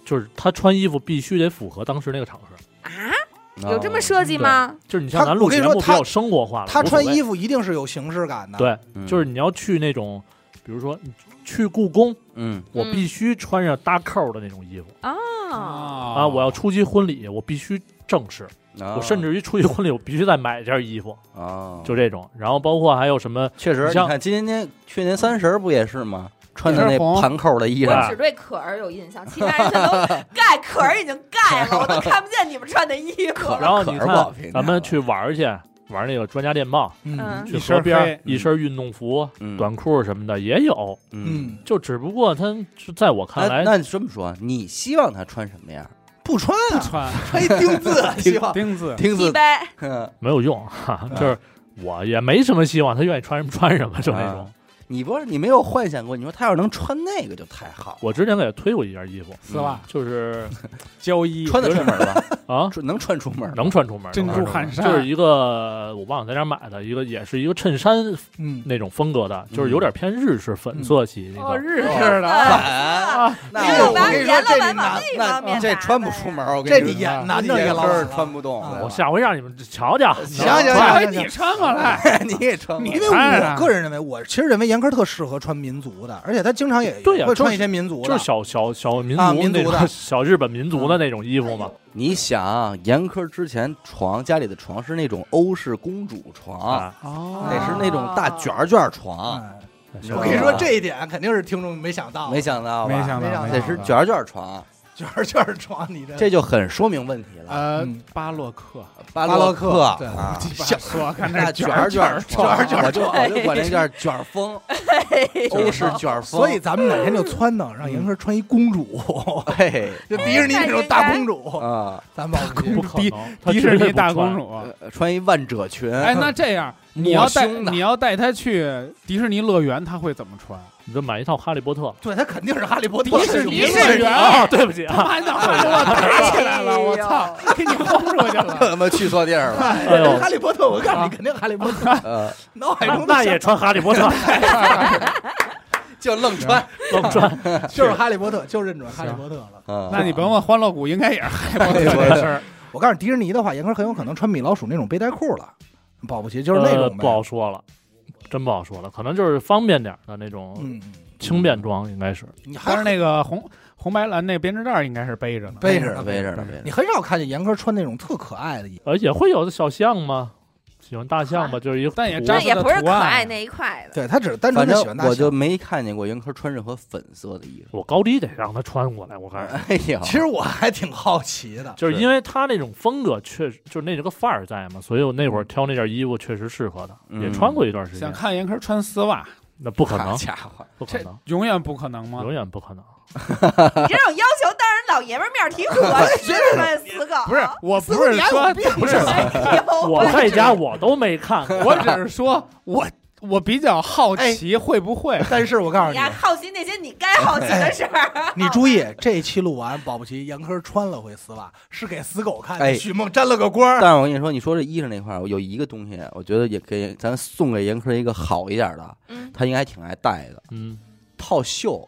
就是他穿衣服必须得符合当时那个场合。有这啊么设计吗？就是你像他咱我录跟节你目说比他较生活化了，他穿衣服服一定是有形式感的。，对，嗯就是你要去那种，比如说你去故宫，嗯我必须穿上搭扣的那种衣服哦，啊！我要出席婚礼，我必须正式。啊，我甚至于出席婚礼，我必须再买一件衣服，啊，就这种。然后包括还有什么，确实，你你像看今年去年三十儿不也是啊吗？穿的那盘扣的衣对我裳，只对可儿有印象，其他人全 都盖可儿已经盖了，我都看不见你们穿的 衣服。可然后你可是不好看评价咱们了去玩儿去，玩那个专家电报，嗯去一身河边儿黑一身运动服、嗯短裤什么的也有，嗯，嗯，就只不过他是在我看那来，那你这么说，你希望他穿什么样？不穿不啊， 穿穿一钉子，啊希望钉子，钉一子，般哼没有用， 哈哈，就是我也没什么希望，他愿意穿什 么穿什么，就那种啊。你不是你没有幻想过？你说他要是能穿那个就太好了，我之前给他推过一件衣服，丝袜， 就是胶衣，穿得出门 吧？啊，穿能穿出门？能穿出门儿，珍珠汗衫，就是一个我忘了在哪儿买的一个，也是一个衬衫嗯，那种风格的，就是有点偏日式粉色系那哦个。日式的啊，啊，那哎要呦我把跟你你严说，老这你板往拿那方面那这打穿不的出 呀门，我这跟你你说，演男这的也老真狠是了穿不动。啊我哦下回让你们瞧瞧，行能行下吧回你穿过来， 你也穿不因动，为我个人认为，我其实认为严苛特适合穿民族的，而且他经常也对呀会就是穿一些民族就的是，小小小民啊族民那族种的 小日本民族的那种衣服嘛。你想啊，严苛之前床家里的床是那种欧式公主床，啊，哦得是那种大卷儿卷儿床，哎小是我吧跟你说这一点肯定是听众没想到，没想到吧？没想嗯没想到，嗯到得是卷儿卷儿床，就是就是床，你的这就很说明问题了。呃嗯，巴洛 克，巴巴洛克对啊，小说 看那这卷儿卷儿儿床，床卷儿我就我就管这叫卷儿风，欧式卷儿风。所 以咱们哪天就撺 掇让严哥穿一公主，嘿就迪士尼那种大公主，哎啊，咱们公不可迪能，他迪绝士对尼不大穿公主。 呃穿一万褶裙，哎， 那这样你抹要带胸的你要带她去迪士尼乐园，她会怎么 穿？你就买一套《哈利波特》。对他肯定是哈利波特，迪士尼乐园哦，对不起 啊，还能把我打起来了，我哎哎操，给你轰出去 这了！他妈去错地儿 了。哎呦哈利波特，我告诉你，肯定哈利 波特，呃，脑海那中那的也穿《哈利 波特》就愣穿。愣穿。就是哈利波特，就认准哈利波特了。嗯那你甭问，欢乐谷应该也是哈利波哎 特的事儿。我告诉你，迪士尼的话，严哥很有可能穿米老鼠那种背带裤了，保不齐就是那呃，种呗不好说了，真不好说了，可能就是方便点儿的那种嗯，轻便装，应该是。你还但是是那个红红白蓝那编织袋应该是背着呢。背着呢背着呢，背着你呢。很少看见严哥穿那种特可爱的衣服，呃，也会有的小象吗？喜欢大象吧，啊就是一个但也图那扎也不是可爱这个图案那一 块的。对他只是单纯反的正喜欢大象。我就没看见过严科穿任何粉色的衣服。我高低得让他穿过来，我看。 哎呦，其实我还挺好奇的，就是是因为他那种风格确实就是那这个范儿在嘛，所以我那嗯会儿挑那件衣服确实适合他，嗯也穿过一段时想间。看严科穿丝袜，那不可好能，家伙，不可这能，永远不可能吗永？远不可能。你这种要求当然老爷们儿面儿挺可是吧，死狗？不是，我似不乎是啊你还说有病啊不是，哎哦呦我在家我都没看过， 我只是说我我比较好奇会不会但是我告诉你你，啊呀，好奇那些你该好奇的事儿。你注意这一期录完，保不齐严科穿了回丝袜，是给死狗看的。哎许梦沾了个光儿， 但是我跟你说，你说这衣裳那块儿，我有一个东西，我觉得也给咱送给严科一个好一点的，嗯，他应该挺爱戴的，嗯，套袖，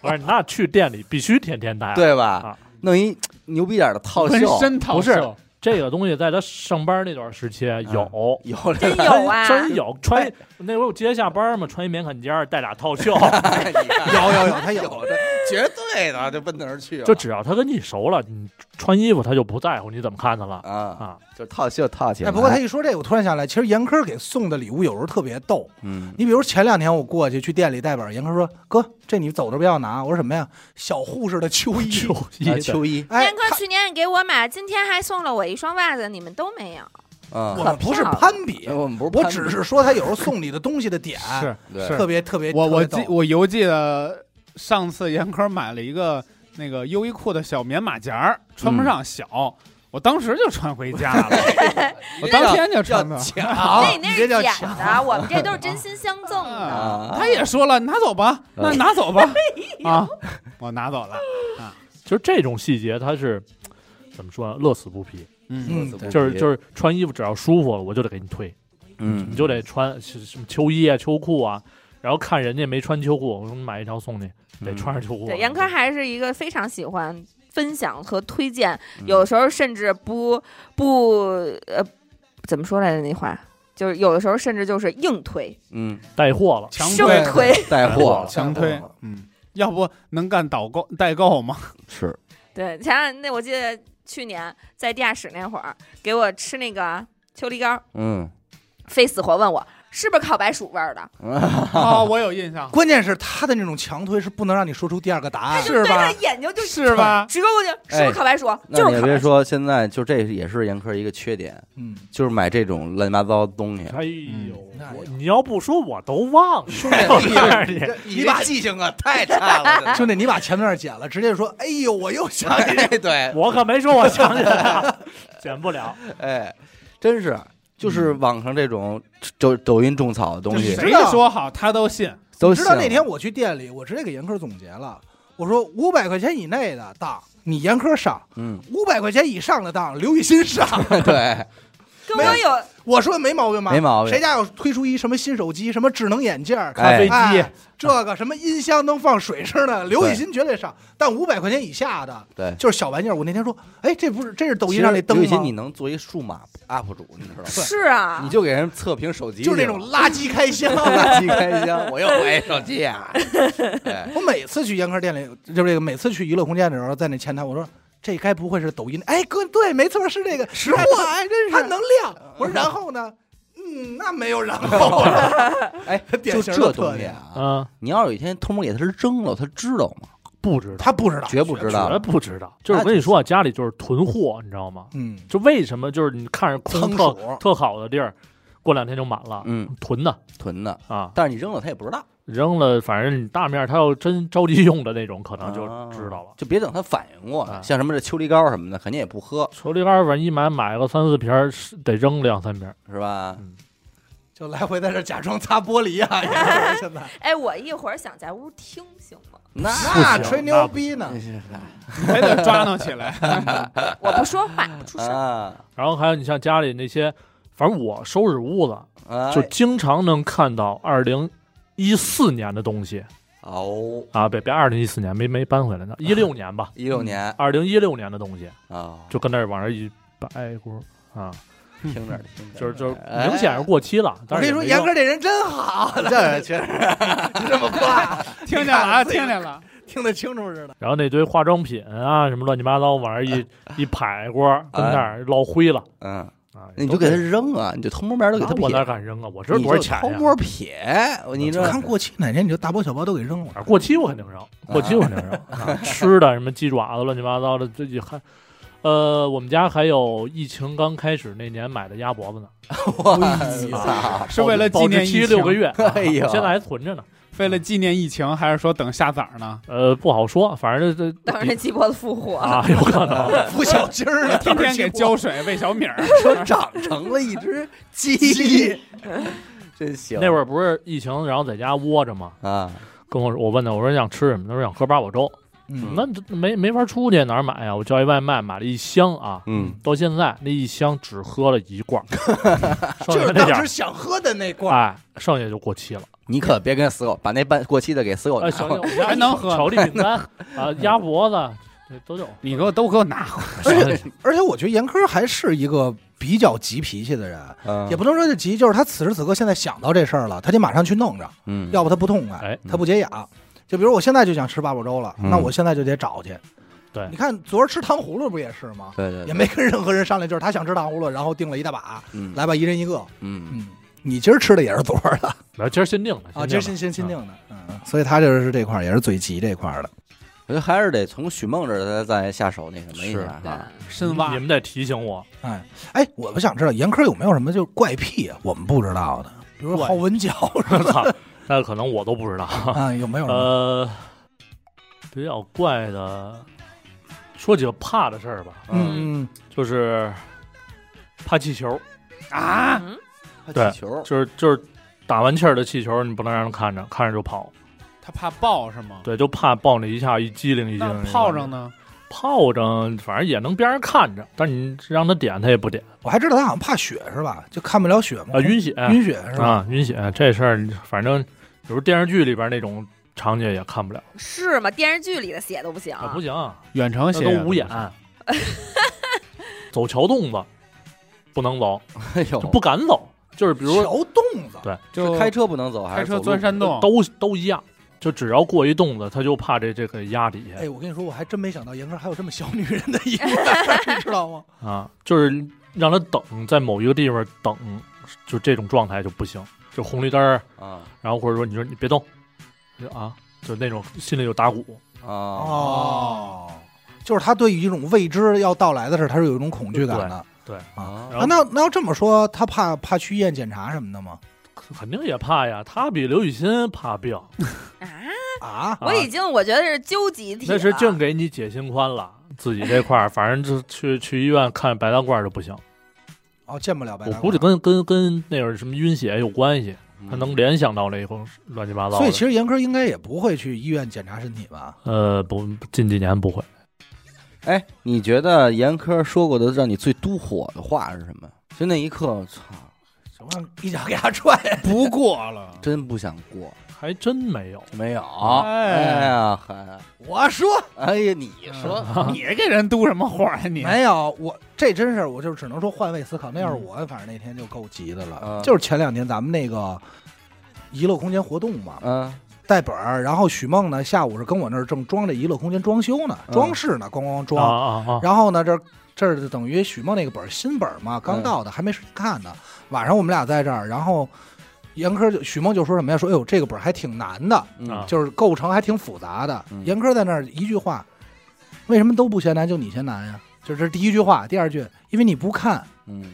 不是，那去店里必须天天戴。，对吧啊？弄一牛逼点的套纹袖，身套不是袖这个东西在他上班那段时期嗯有。有这真有 啊，真有哎穿那会儿我接下班嘛，穿一棉坎肩儿，带俩套 袖，有有有，他有。有的，绝对的，就奔那儿去了就只要他跟你熟了，你穿衣服他就不在乎你怎么看他 了啊，啊。就套袖套起来。哎，不过他一说这个，我突然想起来，其实严科给送的礼物有时候特别逗。嗯，你比如前两天我过去去店里带本儿，严科说：“哥，这你走着不要拿。”我说：“什么呀？小护士的秋衣。秋衣啊，秋衣，哎燕，哥去年给我买，今天还送了我一双袜子，你们都没有。我啊，们不是攀比哎，我们不是攀我比，只是说他有时候送你的东西的点是对是特，别哎特别。啊我我特别记逗我犹记得上次严科买了一个那个优衣库的小棉马甲儿，穿不上小，我当时就穿回家了，我当天就穿要的。抢那你那你是这叫捡抢的，我们这都是真心相赠的。 啊啊他也说了，拿走吧，那拿走吧，啊，我拿走了，就是这种细节，他是怎么说呢？乐此不疲，嗯，嗯，对就是就是穿衣服只要舒服了，我就得给你推，嗯，你就得穿什什么秋衣啊、秋裤啊。然后看人家没穿秋裤，我说买一条送你，嗯嗯得穿上秋裤啊。对，严科还是一个非常喜欢分享和推荐，嗯有时候甚至不不呃，怎么说来着那话？就是有的时候甚至就是硬推、嗯，带货了，强生推推，带货强推带货，嗯，要不能干导购 代购吗？是对，前两那我记得去年在地下室那会儿，给我吃那个秋梨膏，嗯，非死活问我是不是烤白薯味儿的，啊，我有印象，关键是他的那种强推是不能让你说出第二个答案就。是对吧他眼睛就是吧？直勾过去，是不是烤白薯？哎那就你是也烤白别薯。说，现在就这也是严科一个缺点，嗯，就是买这种乱七八糟的东西。哎呦那，我也你要不说我都忘了。嗯兄弟，我告诉你，你把记性啊太差了， 兄弟，你把前段剪了，直接说，哎呦，我又想起来，哎对，我可没说我想起来了， 减不了。哎，真是就是嗯网上这种抖抖音种草的东西这谁说好他都信， 都你知道信那天我去店里，我直接给严科总结了，我说五百块钱以内的当你严科上，嗯，五百块钱以上的当刘雨欣上。 对，跟我有我说的没毛病吧？没毛病谁家要推出一什么新手机，什么智能眼镜儿、咖啡哎机哎这个什么音箱能放水声的，刘雨欣绝对上。但五百块钱以下的，对。就是小玩意儿。我那天说，哎，这不是这是抖音上那灯其实刘雨欣你吗？能做一数码 UP 主，你知道吗？是啊，你就给人测评手机去就了，是那种垃圾开 箱。垃圾开箱，我又回手机 啊！哎，我每次去严科店里，就是这个每次去娱乐空间的时候，在那前台我说。这该不会是抖音？哎，哥，对，没错，是这个识货，哎，真是它能亮。我说，然后呢？嗯，那没有然后了。哎，典就型的这特东西点啊，嗯，你要有一天偷摸给它扔了，它知道吗？不知道，他不知道，绝不知道绝不知道。就是我跟你说啊，家里就是囤货，你知道吗？嗯，就为什么就是你看着空仓特鼠特好的地儿，过两天就满了，嗯，囤的囤的，啊，但是你扔了他也不知道，扔了，反正你大面儿他要真着急用的那种，可能就啊知道了。就别等他反应过来。啊像什么这秋梨膏什么的，肯定也不喝，手里边儿反正一买买个三四瓶儿，是得扔两三瓶儿。是吧？就来回在这假装擦玻璃啊，也是现在哎，我一会儿想在屋听行吗？那那不行吹牛逼呢那，是还得抓弄起 来。我不说话，不出声。啊然后还有你像家里那些，反正我收拾屋子啊就经常能看到二零一四年的东西哦，啊，别别二零一四年没没搬回来呢，一六年吧，一六年二零一六年的东西啊，就跟那儿往那儿一摆一锅啊，听着听着，就是就是哎明显是过期了。我但跟是你说，也没严用哥这人真好，这确 实这么夸，听见了啊，听见了，听得清楚似的。然后那堆化妆品啊，什么乱七八糟往那 儿一一摆一锅，跟那儿落灰了嗯，啊。那你就给他都扔啊，你就偷摸摸都给他那我哪撇，敢扔啊？我知道你多少就钱偷呀摸撇，你这看过期哪天你就大包小包都给扔了，啊，过期我肯定扔，过期我肯定扔。 啊吃的什么鸡爪子乱七八糟的，这就还，呃，我们家还有疫情刚开始那年买的鸭脖 子呢，我啊操，是为了纪保念质疫期六个情，月，啊哎呦现在还存着呢。为了纪念疫情，还是说等下崽儿呢？呃，不好说，反正 这等着那这鸡脖子复活，啊， 有可能。 孵小鸡儿呢，天天给教浇水喂小米儿，说长成了一只鸡， 真行。那会儿儿不是疫情，然后在家窝着嘛，啊，跟我说我问他，我说你想吃什么？他说想喝八宝粥。嗯，那这没没法出去，哪儿买呀？啊我叫一外卖，买了一箱啊，嗯，到现在那一箱只喝了一罐儿，剩就是下那当点时儿，想喝的那罐儿，哎，剩下就过期了。你可别跟死狗把那半过期的给死狗哎，拿行回来行，我家还能喝巧克力饼干啊，鸭脖子，这都有。你给我都给我拿回来。而且而且我觉得严科还是一个比较急脾气的人，嗯也不能说是急，就是他此时此刻现在想到这事儿了，他得马上去弄着，嗯，要不他不痛快，哎他不解痒。就比如我现在就想吃八宝粥了，嗯那我现在就得找去。对你看昨儿吃糖葫芦不也是吗？对对，也对没跟任何人商量，就是他想吃糖葫芦，然后订了一大把，嗯来吧，一人一个。嗯，嗯，你今儿吃的也是昨儿的然后今儿新定的啊， 今儿定新的新新订的，嗯，所以他就是这块儿也是嘴急这块儿的。我觉得还是得从许梦这儿再再下手那什么一下哈。深你挖们得提醒我， 哎哎，我不想知道严科有没有什么就是怪癖啊，我们不知道的，比如说怪好闻脚我操，那可能我都不知道。啊，有没有什么？呃，比较怪的，说几个怕的事儿吧，嗯，就是怕气球，啊，嗯，怕气 球，就是就是打完气儿的气球，你不能让人看着，看着就跑。他怕爆是吗？对，就怕抱那一下一激灵一激那灵。炮仗？呢？炮仗反正也能边上看着，但你让他点他也不点我还知道他好像怕血是吧？就看不了血嘛，啊，晕血。哦晕血是吧？啊，晕血这事儿，反正比如电视剧里边那种场景也看不了是吗？电视剧里的血都不行啊，不行，远程那写都无眼。 走桥洞子不能走，哎呦，不敢走，就是比如桥洞子，就是开车不能走，还开是车走路钻山洞，都都一样，就只要过一洞子，他就怕这这个压底哎，我跟你说，我还真没想到严哥还有这么小女人的一面 儿，你知道吗？下啊，就是让他等在某一个地方等，就这种状态就不行，就红绿灯儿，啊然后或者说你说你别动，就啊，就那种心里有打鼓，啊，哦，就是他对于一种未知要到来的事儿，他是有一种恐惧感的。对对啊，然啊后那那要这么说，他怕怕去医院检查什么的吗？肯定也怕呀，他比刘雨欣怕病。啊！啊，我已经我觉得是究极体了，那是净给你解心宽了，自己这 块儿，反正就去去医院看白大褂儿就不行。哦，见不了白大我褂。估计跟跟跟那会儿什么晕血有关系，嗯他能联想到了一后乱七八糟所以其的。实严科应该也不会去医院检查身体吧？呃，不，近几年不会。哎，你觉得严科说过的让你最嘟火的话是什么？就那一刻，操，什么一脚给他踹？不过 了。真不想过，还真没有，没有。哎哎呀，嗨，我说哎呀，你说，你给人嘟什么火呀、你没有，我这真是我就是只能说换位思考。那要是我，反正那天就够急的了。嗯就是前两天咱们那个娱乐空间活动嘛，嗯带本儿，然后许梦呢下午是跟我那儿正装这娱乐空间装修呢，嗯装饰呢，咣咣啊装。啊啊！然后呢，这这儿就等嗯于许梦那个本儿新本儿嘛，刚到的，还没时间看呢。晚上我们俩在这儿，然后严科就许梦就说什么呀？说哎呦，这个本儿还挺难的，嗯啊就是构成还挺复杂的。嗯严科在那儿一句话，为什么都不嫌难，就你嫌难呀？就是这是第一句话，第二句，因为你不看，嗯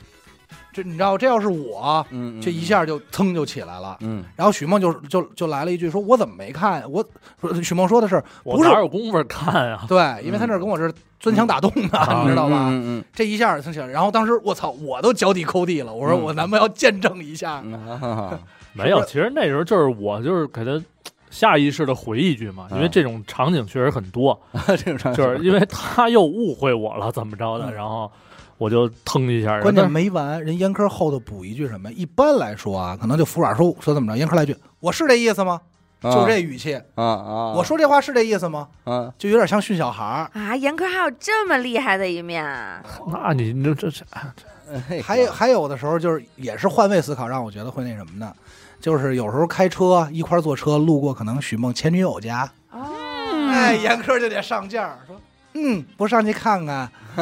这你知道，这要是我，嗯，这一下就噌就起来了。嗯，然后许梦就就就来了一句说：“我怎么没看？我说许梦说的是我不是哪有功夫看啊？ 对，因为他那儿跟我是钻墙打洞呢，嗯你知道吧？嗯这一下就起来。然后当时我操，我都脚底抠地了，我说嗯我难不要见证一下？嗯嗯，没有，是其实那时候就是我就是给他下意识的回一句嘛，因为啊这种场景确实很多，这种就是因为 他又误会我了，怎么着的，嗯然后我就腾一下，关然键后没完，人严科后头补一句什么？一般来说啊，可能就服软说说怎么着，严科来句我是这意思吗？就这语气，啊啊，我说这话是这意思吗？啊，就有点像训小孩儿。啊，严科还有这么厉害的一面啊！那你你这这哎这哎还有还有的时候就是也是换位思考，让我觉得会那什么呢？就是有时候开车一块儿坐车路过，可能许梦前女友家，嗯哎，严科就得上价儿说，嗯，不上去看看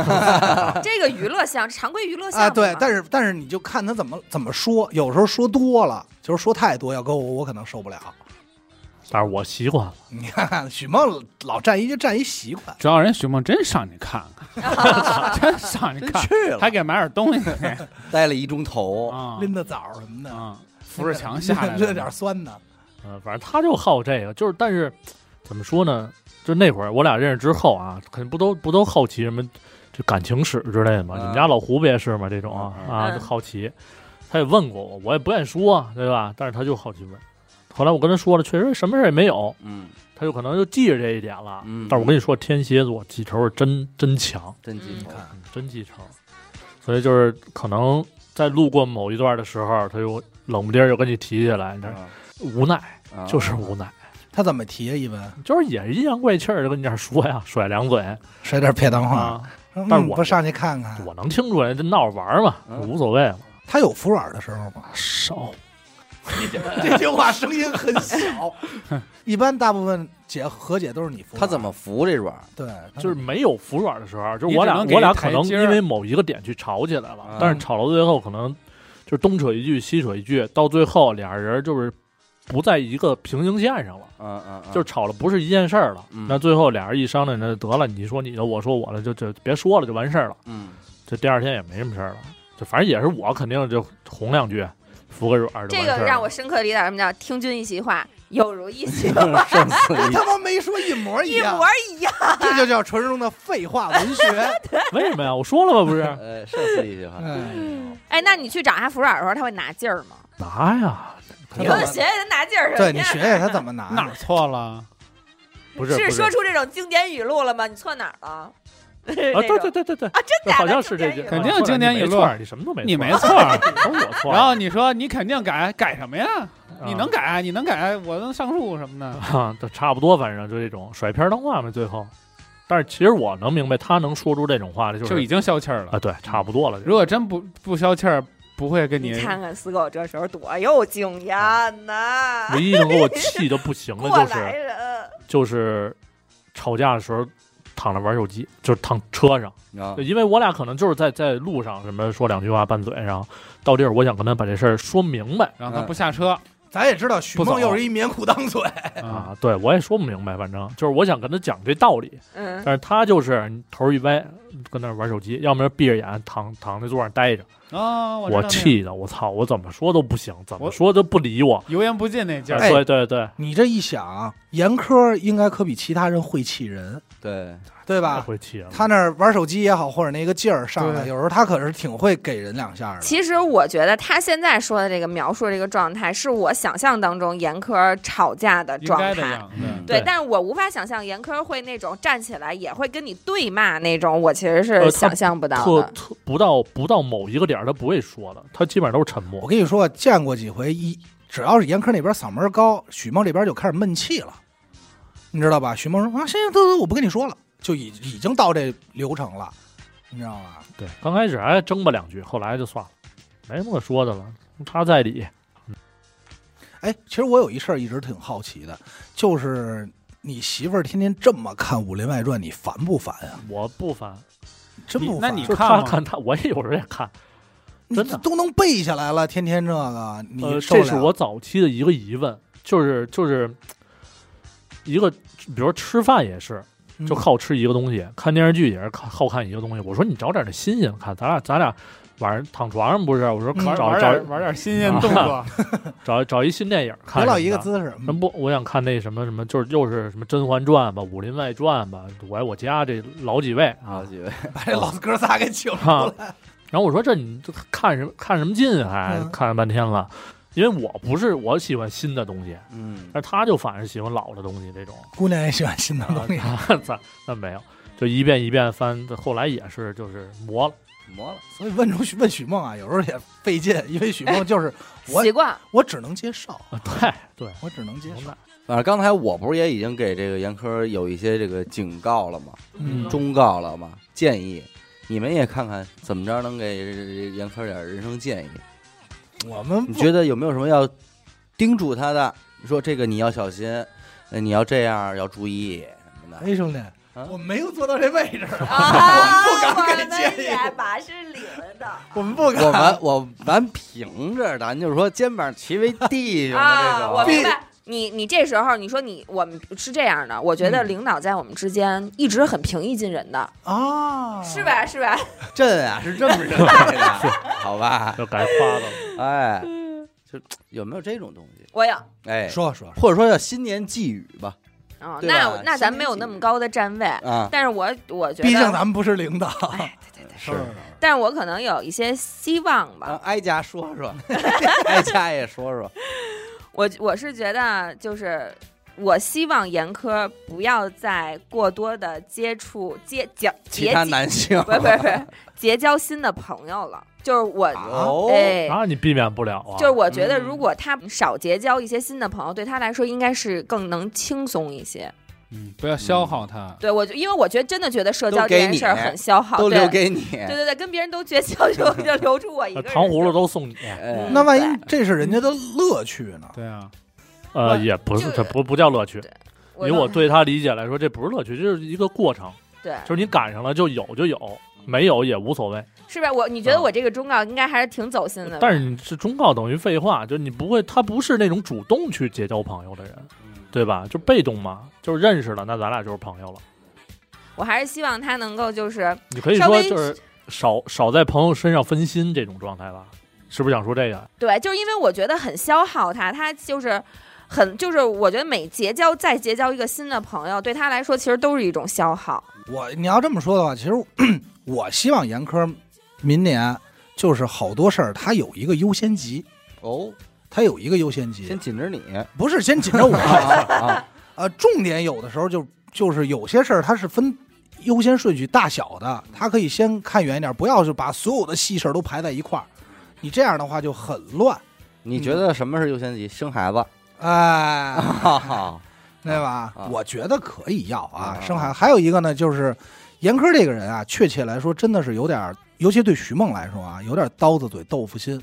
啊这个娱乐项，常规娱乐项啊？对，但是是但是你就看他怎么怎么说，有时候说多了，就是说太多，要搁我我可能受不了。但是我习惯了，你看看许梦老站一就站一习惯，只要人许梦真上去看看，真上去真看，去还了，给买点东西待了一钟头，啊拎的枣什么的，啊，扶着墙下来拎着点的儿。酸呢。嗯、反正他就好这个，就是但是怎么说呢？就那会儿我俩认识之后啊，肯定不都不都好奇什么就感情史之类的嘛。嗯你们家老胡不也是嘛？这种啊嗯嗯啊嗯就好奇，他也问过我，我也不愿意说，对吧？但是他就好奇问。后来我跟他说了，确实什么事儿也没有，嗯，他就可能就记着这一点了。嗯但是我跟你说，天蝎座记仇是真真强，真记仇，嗯真记仇，所以就是可能在路过某一段的时候，他就冷不丁儿就跟你提起来，嗯你这无奈啊就是无奈，他怎么提啊？一问就是也是阴阳怪气儿的跟你这儿说 呀，甩两嘴甩点撇当话，啊，嗯但是我不上去看看，我能听出来，这闹着玩儿嘛，嗯无所谓了。他有服软的时候吗？少 这句话声音很小， 一般大部分姐和解都是你服嗯软。他怎么服这软？对？就是没有服软的时候，就你我俩只能给我俩台可能阶儿因为某一个点去吵起来嗯了，但是吵到最后可能就是东扯一句西扯一句，到最后俩人就是不在一个平行线上了。嗯嗯，就是吵了不是一件事儿了。嗯那最后俩人一商量，那得了，你说你的，我说我的，就就别说了，就完事儿了。嗯，这第二天也没什么事儿了，就反正也是我肯定就哄两句，服个软就完这事儿个了让我深刻理解什么叫听君一席话，有如 一席话，胜似他一他妈没说一模一一样模，一样。这就叫纯中的废话文 学。 为什么呀？我说了吗？不是呃，胜似一句话，嗯，哎，那你去找他服软的时候，他会拿劲儿吗？ 拿呀，他怎你给我么学学他拿劲儿什啊对么你呀？学学他怎么拿哪的儿？错了？不是是不说出这种经典语录了吗？你错哪儿啊，了？啊对对对对对，啊，真这假的好像是这句，经典肯语定录有经典语录你没错儿你什么都没，你没错错儿，儿都是我错儿。然后你说你肯定改，改什么呀？啊你能改，你能改，我能上树什么的。啊， 都差不多，反正就这种甩片儿当话嘛，最后。但是其实我能明白，他能说出这种话来，就就是已经消气儿啊，了。对，差不多了。如果真不不消气儿，不会跟你你看看死狗这时候多有经验呐，唯一能给我气的不行的 过啊就是来人。就是吵架的时候躺着玩手机，就是躺车上，啊因为我俩可能就是在在路上什么说两句话拌嘴，然后到地儿我想跟他把这事儿说明白然后他不下车咱也知道许梦又是一棉裤裆嘴，啊，啊，对我也说不明白，反正就是我想跟他讲这道理，嗯，但是他就是头一歪跟那儿玩手机，要么闭着眼躺躺在座上待着，啊！我知道那我个气的我操，我怎么说都不行，怎么我说都不理我，啊油盐不进那 劲儿。哎对对对，你这一想，严科应该可比其他人会气人，对，对太吧？会气人了。他那儿玩手机也好，或者那个劲儿上来，对有时候他可是挺会给人两下的。其实我觉得他现在说的这个描述这个状态，是我想象当中严科吵架的应状该的态。样嗯对对，但是我无法想象严科会那种站起来也会跟你对骂那种，我其实呃是他想象不到特的。特不到不到某一个点儿，他不会说的，他基本上都是沉默我。跟你说，见过几回一，只要是严科那边嗓门高，许梦这边就开始闷气了，你知道吧？许梦说啊，行行，得得，我不跟你说了，就已已经到这流程了，你知道吧？对，刚开始还争吧两句，后来就算了，没什么可说的了。他在理，哎，其实我有一事儿一直挺好奇的，就是你媳妇儿天天这么看《武林外传》，你烦不烦呀、啊我不烦。真你不那烦。啊你就是看他吗看他，我也有时候也看。真的。都能背下来了，天天这个，呃，你受这得是了我早期的一个疑问，就是就是一个，比如说吃饭也是，就嗯靠吃一个东西，看电视剧也是靠好看一个东西。我说你找点那新鲜的看，咱俩咱俩晚上躺床上不是？我说嗯玩找玩找点玩点新鲜动作，找找一新电影别看什么的。老一个姿势，那不，我想看那什么什么，就是又是什么《甄嬛传》吧，《武林外传》吧，《我爱我家》这老几位啊好几 位，把这老哥仨给请出啊来。。然后我说这你这看什么看什么劲啊？还嗯看了半天了，因为我不是我喜欢新的东西，嗯，但是他就反而喜欢老的东西这种。姑娘也喜欢新的东西，啊咱咱咱没有，就一遍一遍翻，后来也是就是磨了。磨了，所以问出许问许梦啊，有时候也费劲，因为许梦就是我习 惯我只能接受，啊对对，我只能接受。哎反正刚才我不是也已经给这个严科有一些这个警告了吗？嗯忠告了吗？建议你们也看看怎么着能给严科点人生建议。我们你不觉得有没有什么要叮嘱他的？说这个你要小心，呃你要这样要注意什么的。哎兄弟，我没有坐到这位置， 我啊，不我敢给们建议也把是领的。我们不 我们敢。我咱凭着，咱就是说肩膀齐为弟兄的这啊，种，我明白。你你这时候你说你我们是这样的，我觉嗯得领导在我们之间一直很平易近人的，嗯啊，是？吧？是吧？朕啊是这么认为的，好吧？就该夸他了。哎，就有没有这种东西？ 我有，哎，说说，或者说叫新年寄语吧？啊，对吧那我那咱没有那么高的站位，啊，但是我我觉毕竟得，咱们不是领导，哎，对对对，是但是我可能有一些希望吧。让哀家说 说，哀家也说说，我我是觉得，就是我希望严科不要再过多的接触结交其结他交男性不是不是不是结交新的朋友了。就是我，哦哎，那你避免不了啊。就是我觉得，嗯如果他少结交一些新的朋友，对他来说应该是更能轻松一些。嗯，不要消耗它。对我就，因为我觉得真的觉得社交都这给件事儿你很消耗，都对留给你。对对对，跟别人都绝交就就留住我一个那人。糖葫芦都送你，哎嗯那万一这是人家的乐趣呢？对啊，呃，也不是，就这不不叫乐趣。我以都我对他理解来说，这不是乐趣，这就是一个过程，对就是你赶上了就有就有，没有也无所谓。是吧？我你觉得我这个忠告应该还是挺走心的吧，但是你是忠告等于废话，就是你不会，他不是那种主动去结交朋友的人，对吧？就被动嘛，就是认识了，那咱俩就是朋友了。我还是希望他能够就是你可以稍说微就是少少在朋友身上分心这种状态吧，是不是想说这个？对，就是因为我觉得很消耗他，他就是很就是我觉得每结交再结交一个新的朋友，对他来说其实都是一种消耗。我你要这么说的话，其实我希望严科明年就是好多事儿，他有一个优先级，哦，他有一个优先级先，紧着你不是先紧着 我，啊啊！呃，重点有的时候就就是有些事儿它是分优先顺序大小的，它可以先看远一点，不要是把所有的细事儿都排在一块儿，你这样的话就很乱，你觉得什么是优先级？生孩子，哎，哈哈，对吧？啊我觉得可以要啊，啊生孩子。还有一个呢，就是严科这个人啊，确切来说真的是有点儿，尤其对徐梦来说啊，有点刀子嘴豆腐心，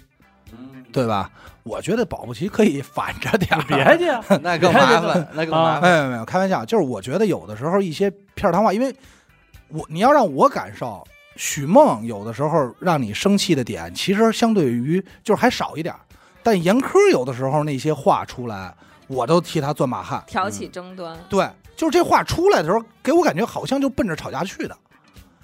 对吧？我觉得保不齐可以反着点儿，别介， 那更麻烦， 那更啊麻没烦。有没有没有，开玩笑，就是我觉得有的时候一些片儿汤话，因为我你要让我感受，许梦有的时候让你生气的点，其实相对于就是还少一点儿，但严科有的时候那些话出来，我都替他钻马汗。挑起争端，对，就是这话出来的时候，给我感觉好像就奔着吵架去的，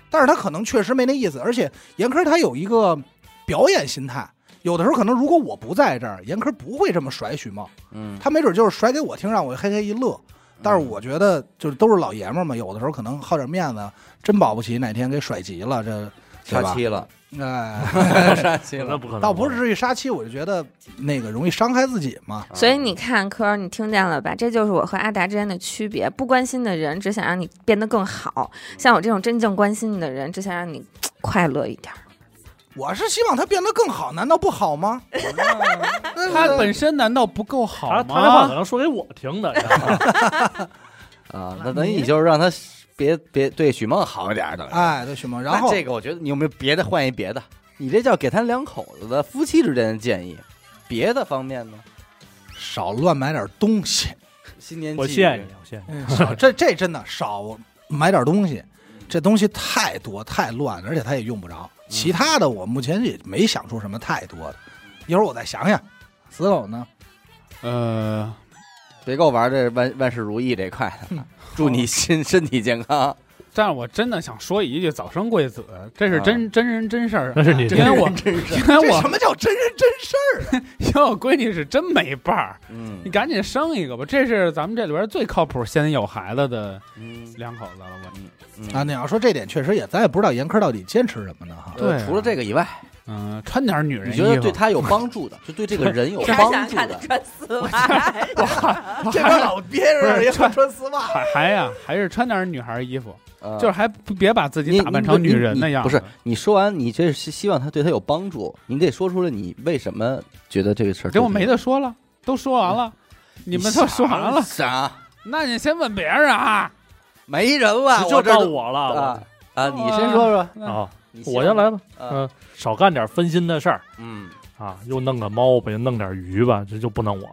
但是他可能确实没那意思，而且严科他有一个表演心态。有的时候可能，如果我不在这儿，严科不会这么甩许梦，嗯，他没准就是甩给我听，让我嘿嘿一乐。但是我觉得就是都是老爷们儿嘛，有的时候可能好点面子，真保不齐哪天给甩急了，这杀对吧妻了，哎， 杀妻那 了。不可能。啊倒不是至于杀妻，我就觉得那个容易伤害自己嘛。啊所以你看科儿，你听见了吧？这就是我和阿达之间的区别。不关心的人只想让你变得更好，像我这种真正关心你的人，只想让你快乐一点儿。我是希望他变得更好，难道不 好吗？嗯它本身难道不够好他他这话可吗？能说给我听的，啊，那等于你就是让他别别对许梦好一点儿的。哎，对，许梦，然那后这个我觉得你有没有别的换一别的？你这叫给他两口子的夫妻之间的建议，别的方面呢？少乱买点 东西，新年我寄谢语你，我谢你。嗯，少这这真的少买点东西，这东西太多太乱，而且他也用不着。其嗯他的我目前也没想出什么太多的，一会儿我再想想。死狗呢？呃，别给我玩这万万事如意这块的，祝你身身体健康。但是我真的想说一句早生贵子，这是真、真人真事儿 那。是你因为我，真 是，因为这我什，么叫真人真事儿？因为我闺女是真没伴儿，嗯你赶紧生一个吧，这是咱们这里边最靠谱先有孩子的嗯两口子了。我，嗯啊，你要说这点确实也，咱也不知道严科到底坚持什么 呢哈。对啊除了这个以外，嗯、穿点女人你衣觉服。得对他有帮助的，就对这个人有还帮想助看 他的，穿丝袜？这边老憋着也穿穿丝袜，还还呀，还是穿点女孩衣服，呃就是还不别把自己你打扮成你女人那你样不子。是，你说完，你这是希望他对他有帮助，你得说出来你为什么觉得这个事儿这我对他没有得说了，都说完了，你们都说完了，啥？那你先问别人啊。没人了，就这儿到都我啊了啊！你先说说，我啊，你我先来吧，啊。嗯，少干点分心的事儿嗯，啊，又弄个猫吧，又弄点鱼吧，这就不能我，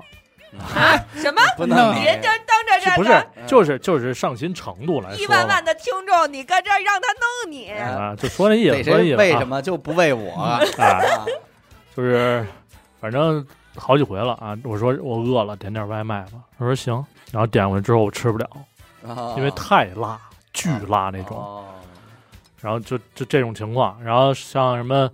啊什么？不那能你你人家当着是这不个是？就是就是上心程度来一说万吧万的听众，你搁这儿让他弄你，哎啊，就说那意为思，说那意谁思为啊什么就不为我 啊？啊，就是反正好几回了啊。我说我饿了，点点外卖吧。他说行，然后点过去之后我吃不了，啊因为太辣，巨辣那种。哦然后就就这种情况，然后像什么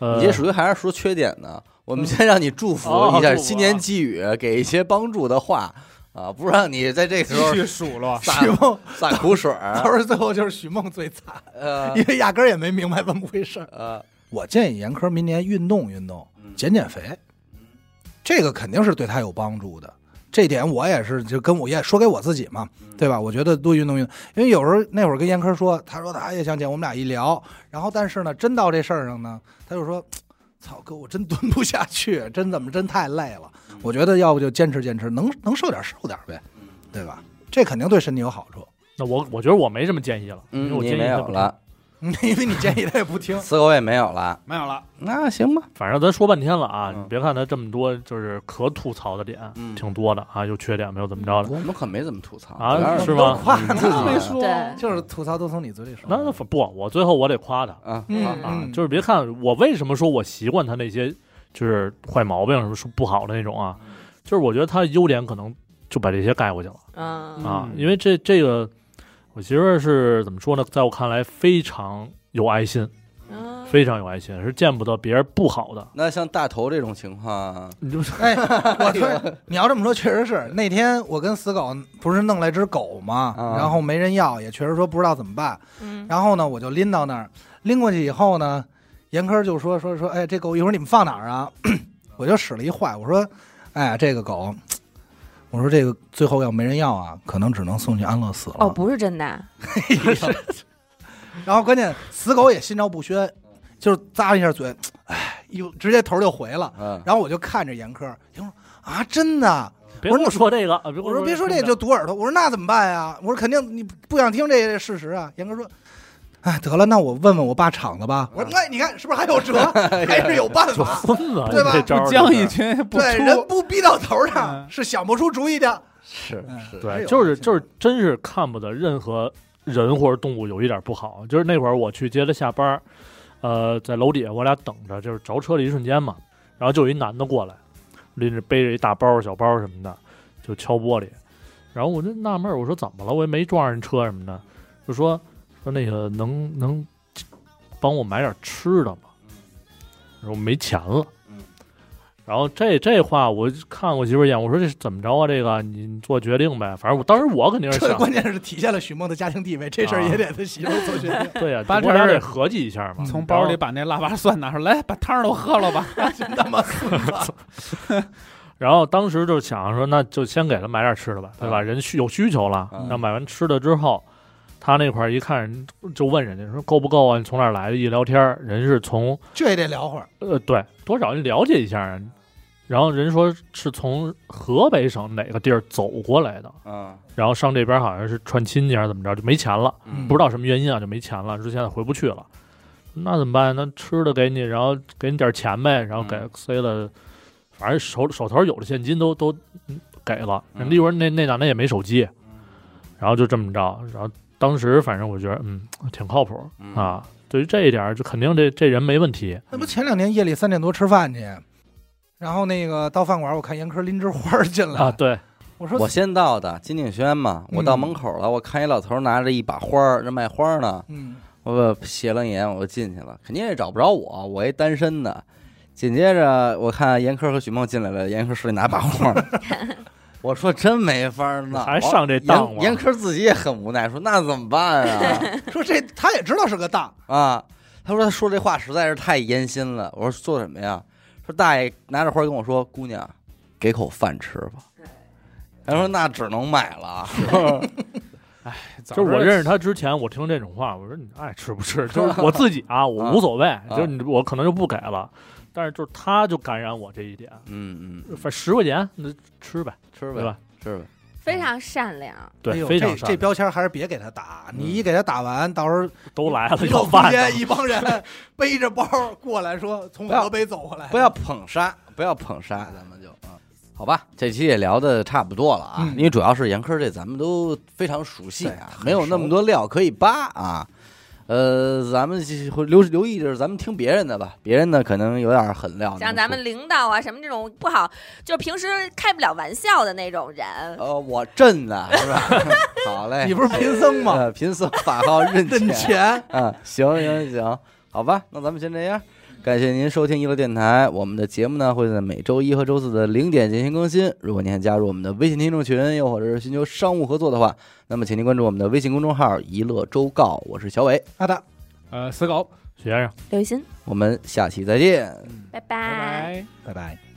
呃，你这属于还是说缺点呢？我嗯们先让你祝哦福一下祝福啊新年寄语，给一些帮助的话啊，不让你在这个时候数落撒许梦撒苦水儿。 到时候最后就是许梦最惨，呃因为压根儿也没明白怎么回事儿。呃，我建议严科明年运动运动，减减肥，这个肯定是对他有帮助的。这点我也是，就跟我也说给我自己嘛，对吧？我觉得多运动运动，因为有时候那会儿跟严科说，他说他也想减，我们俩一聊，然后但是呢，真到这事儿上呢，他就说，操哥，我真蹲不下去，真怎么真太累了。我觉得要不就坚持坚持，能能瘦点儿瘦点儿呗，对吧？这肯定对身体有好处， 那我我觉得我没什么建议了，因为嗯，我你建议没他有不了，因为你建议他也不听。死狗也没有了，没有了，那行吧。反正咱说半天了啊，嗯你别看他这么多，就是可吐槽的点嗯挺多的啊，有缺点没有怎么着的。我们可没怎么吐槽啊主要是都吗夸你 呢自己都没啊说对就是吐槽都从你嘴里说。那那不，我最后我得夸他啊嗯啊啊嗯，就是别看我为什么说我习惯他那些就是坏毛病什么说不好的那种啊，就是我觉得他的优点可能就把这些盖过去了嗯啊，嗯因为这这个我媳妇儿是怎么说呢？在我看来非常有爱心，嗯非常有爱心，是见不得别人不好的。那像大头这种情况，你就是 哎，我突然你要这么说，确实是那天我跟死狗不是弄来只狗嘛，啊然后没人要，也确实说不知道怎么办。嗯然后呢，我就拎到那儿，拎过去以后呢，严科就说说说，哎，这狗一会儿你们放哪儿啊？ 我就使了一坏，我说，哎，这个狗，我说这个最后要没人要啊，可能只能送去安乐死了。哦，不是真的， 然后关键死狗也心照不宣，就是咂一下嘴，哎，又直接头就回了。嗯，然后我就看着严科，严科说啊，真的。别我说跟我说这个，啊我说别说这这就堵耳朵。我说那怎么办呀？我说肯定你不想听这事实啊。严哥说，哎，得了，那我问问我爸厂子吧。我说哎，你看是不是还有辙？还是有办就 法。孙子，啊对吧你这招儿将一真是军不对，人出。不逼到头上嗯是想不出主意的。是是，哎对，呦就是就是，真是看不得任何人或者动物有一点不好。就是那会儿我去接他下班儿，呃，在楼底下我俩等着，就是着车的一瞬间嘛，然后就有一男的过来，拎着背着一大包小包什么的，就敲玻璃，然后我就纳闷儿，我说怎么了？我也没撞上人车什么的，就说说那个能能帮我买点吃的吗？我说没钱了。然后这这话我就看我媳妇儿一眼，我说这是怎么着啊？这个你你做决定呗，反正我当时我肯定是这想，关键是体现了许梦的家庭地位，这事儿也得他媳妇儿做决 定。对呀、八我俩成得是合计一下嘛。从包里把那腊八蒜拿出来，把汤儿都喝了吧。真他妈孙子！然后，然后当时就想说，那就先给他买点吃的吧，对吧？啊人需有需求了，嗯那买完吃的之后，他那块儿一看人就问人家说够不够啊？你从哪儿来的？一聊天儿，人是从这也得聊会儿。呃，对，多少你了解一下啊。然后人说是从河北省哪个地儿走过来的，嗯然后上这边好像是串亲戚还是怎么着，就没钱了，嗯不知道什么原因啊，就没钱了，说现在回不去了。那怎么办？那吃的给你，然后给你点钱呗，然后给嗯塞了，反正手手头有的现金都都嗯给了。嗯那会儿那那男的也没手机，然后就这么着，然后当时反正我觉得嗯挺靠谱嗯啊，对于这一点儿，就肯定这这人没问题。那不前两天夜里三点多吃饭去，然后那个到饭馆，我看严科拎枝花儿进来，啊，对，我说我先到的金景轩嘛，我到门口了，我看一老头拿着一把花儿，那卖花儿呢，嗯，我斜楞眼我就进去了，肯定也找不着我，我一单身的。紧接着我看严科和许梦进来了，严科手里拿把花儿，我说真没法弄， 还上这当吗严严科自己也很无奈，说那怎么办啊？ 说这他也知道是个当，啊，他说他说这话实在是太烟心了。我说做什么呀？说大爷拿着花儿跟我说，姑娘，给口饭吃吧。他说那只能买了。就是我 这认识他之前，我听这种话，我说你爱吃不吃，就是我自己啊，我无所谓，就是你我可能就不给了。但是就是他就感染我这一点，嗯嗯，反正十块钱那吃呗，吃呗对吧？，吃呗。非常善良。哎对，呦非常这善这良标签还是别给他打，你一给他打完，到时候都来了一要到饭房的间，一帮人背着包过来说从河北走过来，不要捧杀，不要捧杀，咱们就啊，好吧，这期也聊的差不多了啊，嗯因为主要是严科这咱们都非常熟悉啊，对没有那么多料可以扒啊。呃，咱们就会留留意就是咱们听别人的吧，别人的可能有点狠料，像咱们领导啊，什么这种不好，就是平时开不了玩笑的那种人，呃，我朕呢是吧？ 好嘞，你不是贫僧 吗？呃，贫僧法号认 认哎钱，啊，行行行，好吧，那咱们先这样。感谢您收听娱乐电台，我们的节目呢会在每周一和周四的零点进行更新。如果您想加入我们的微信听众群，又或者是寻求商务合作的话，那么请您关注我们的微信公众号“娱乐周告”，我是小伟，好的，呃死狗，许先生。刘雨欣，我们下期再见。拜拜拜。拜拜。